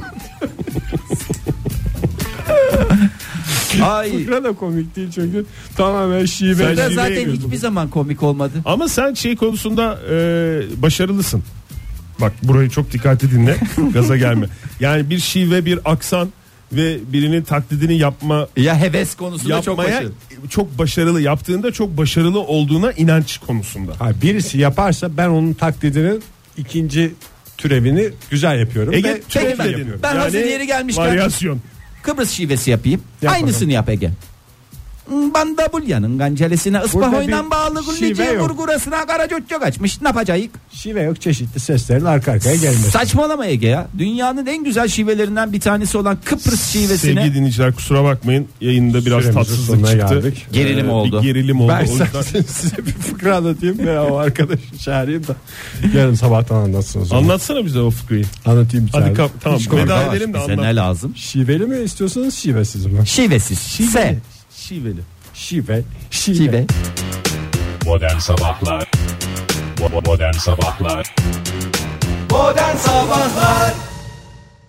Ay. Fıkra da komik değil çünkü tamamen Sen şive. Ben şiveye zaten girdim. hiçbir zaman komik olmadı. Ama sen şey konusunda e, başarılısın. Bak burayı çok dikkatli dinle. Gaza gelme. Yani bir şive, bir aksan ve birinin taklidini yapma Ya heves konusunda çok yapmaya başarılı. çok başarılı yaptığında çok başarılı olduğuna inanç konusunda. Ha, birisi yaparsa ben onun taklidinin ikinci türevini güzel yapıyorum. Ege ve çok peki iyi ben- yapıyor. ben hazır yeri gelmişken- Varyasyon. Kıbrıs şivesi yapayım. Yap Aynısını yap Ege. Bandabulyanın gancelesine ıspa Burada oynan bir bağlı şive gulliciye yok. vurgurasına karacoççuk açmış. Ne yapacağız? Şive yok çeşitli seslerin arka arkaya gelmesi. Saçmalama Ege ya. Dünyanın en güzel şivelerinden bir tanesi olan Kıbrıs şivesine Sevgili dinleyiciler kusura bakmayın. Yayında biraz Süremizin tatsızlık sonuna çıktı. geldik. Gerilim Ee, bir oldu. gerilim oldu. Ben O yüzden- istersen size bir fıkra anlatayım veya o arkadaşı çağırayım da yarın sabahtan anlatsınız. onu. Anlatsana bize o fıkrayı. Anlatayım bir Hadi tane. kap- tamam Hiç korkma. veda edelim de Bize ne anlat. lazım? Şiveli mi istiyorsanız şivesiz mi? Şivesiz. Se. Şiveli. Şive. Şive. Şive. Modern Sabahlar Bo- bo- Modern Sabahlar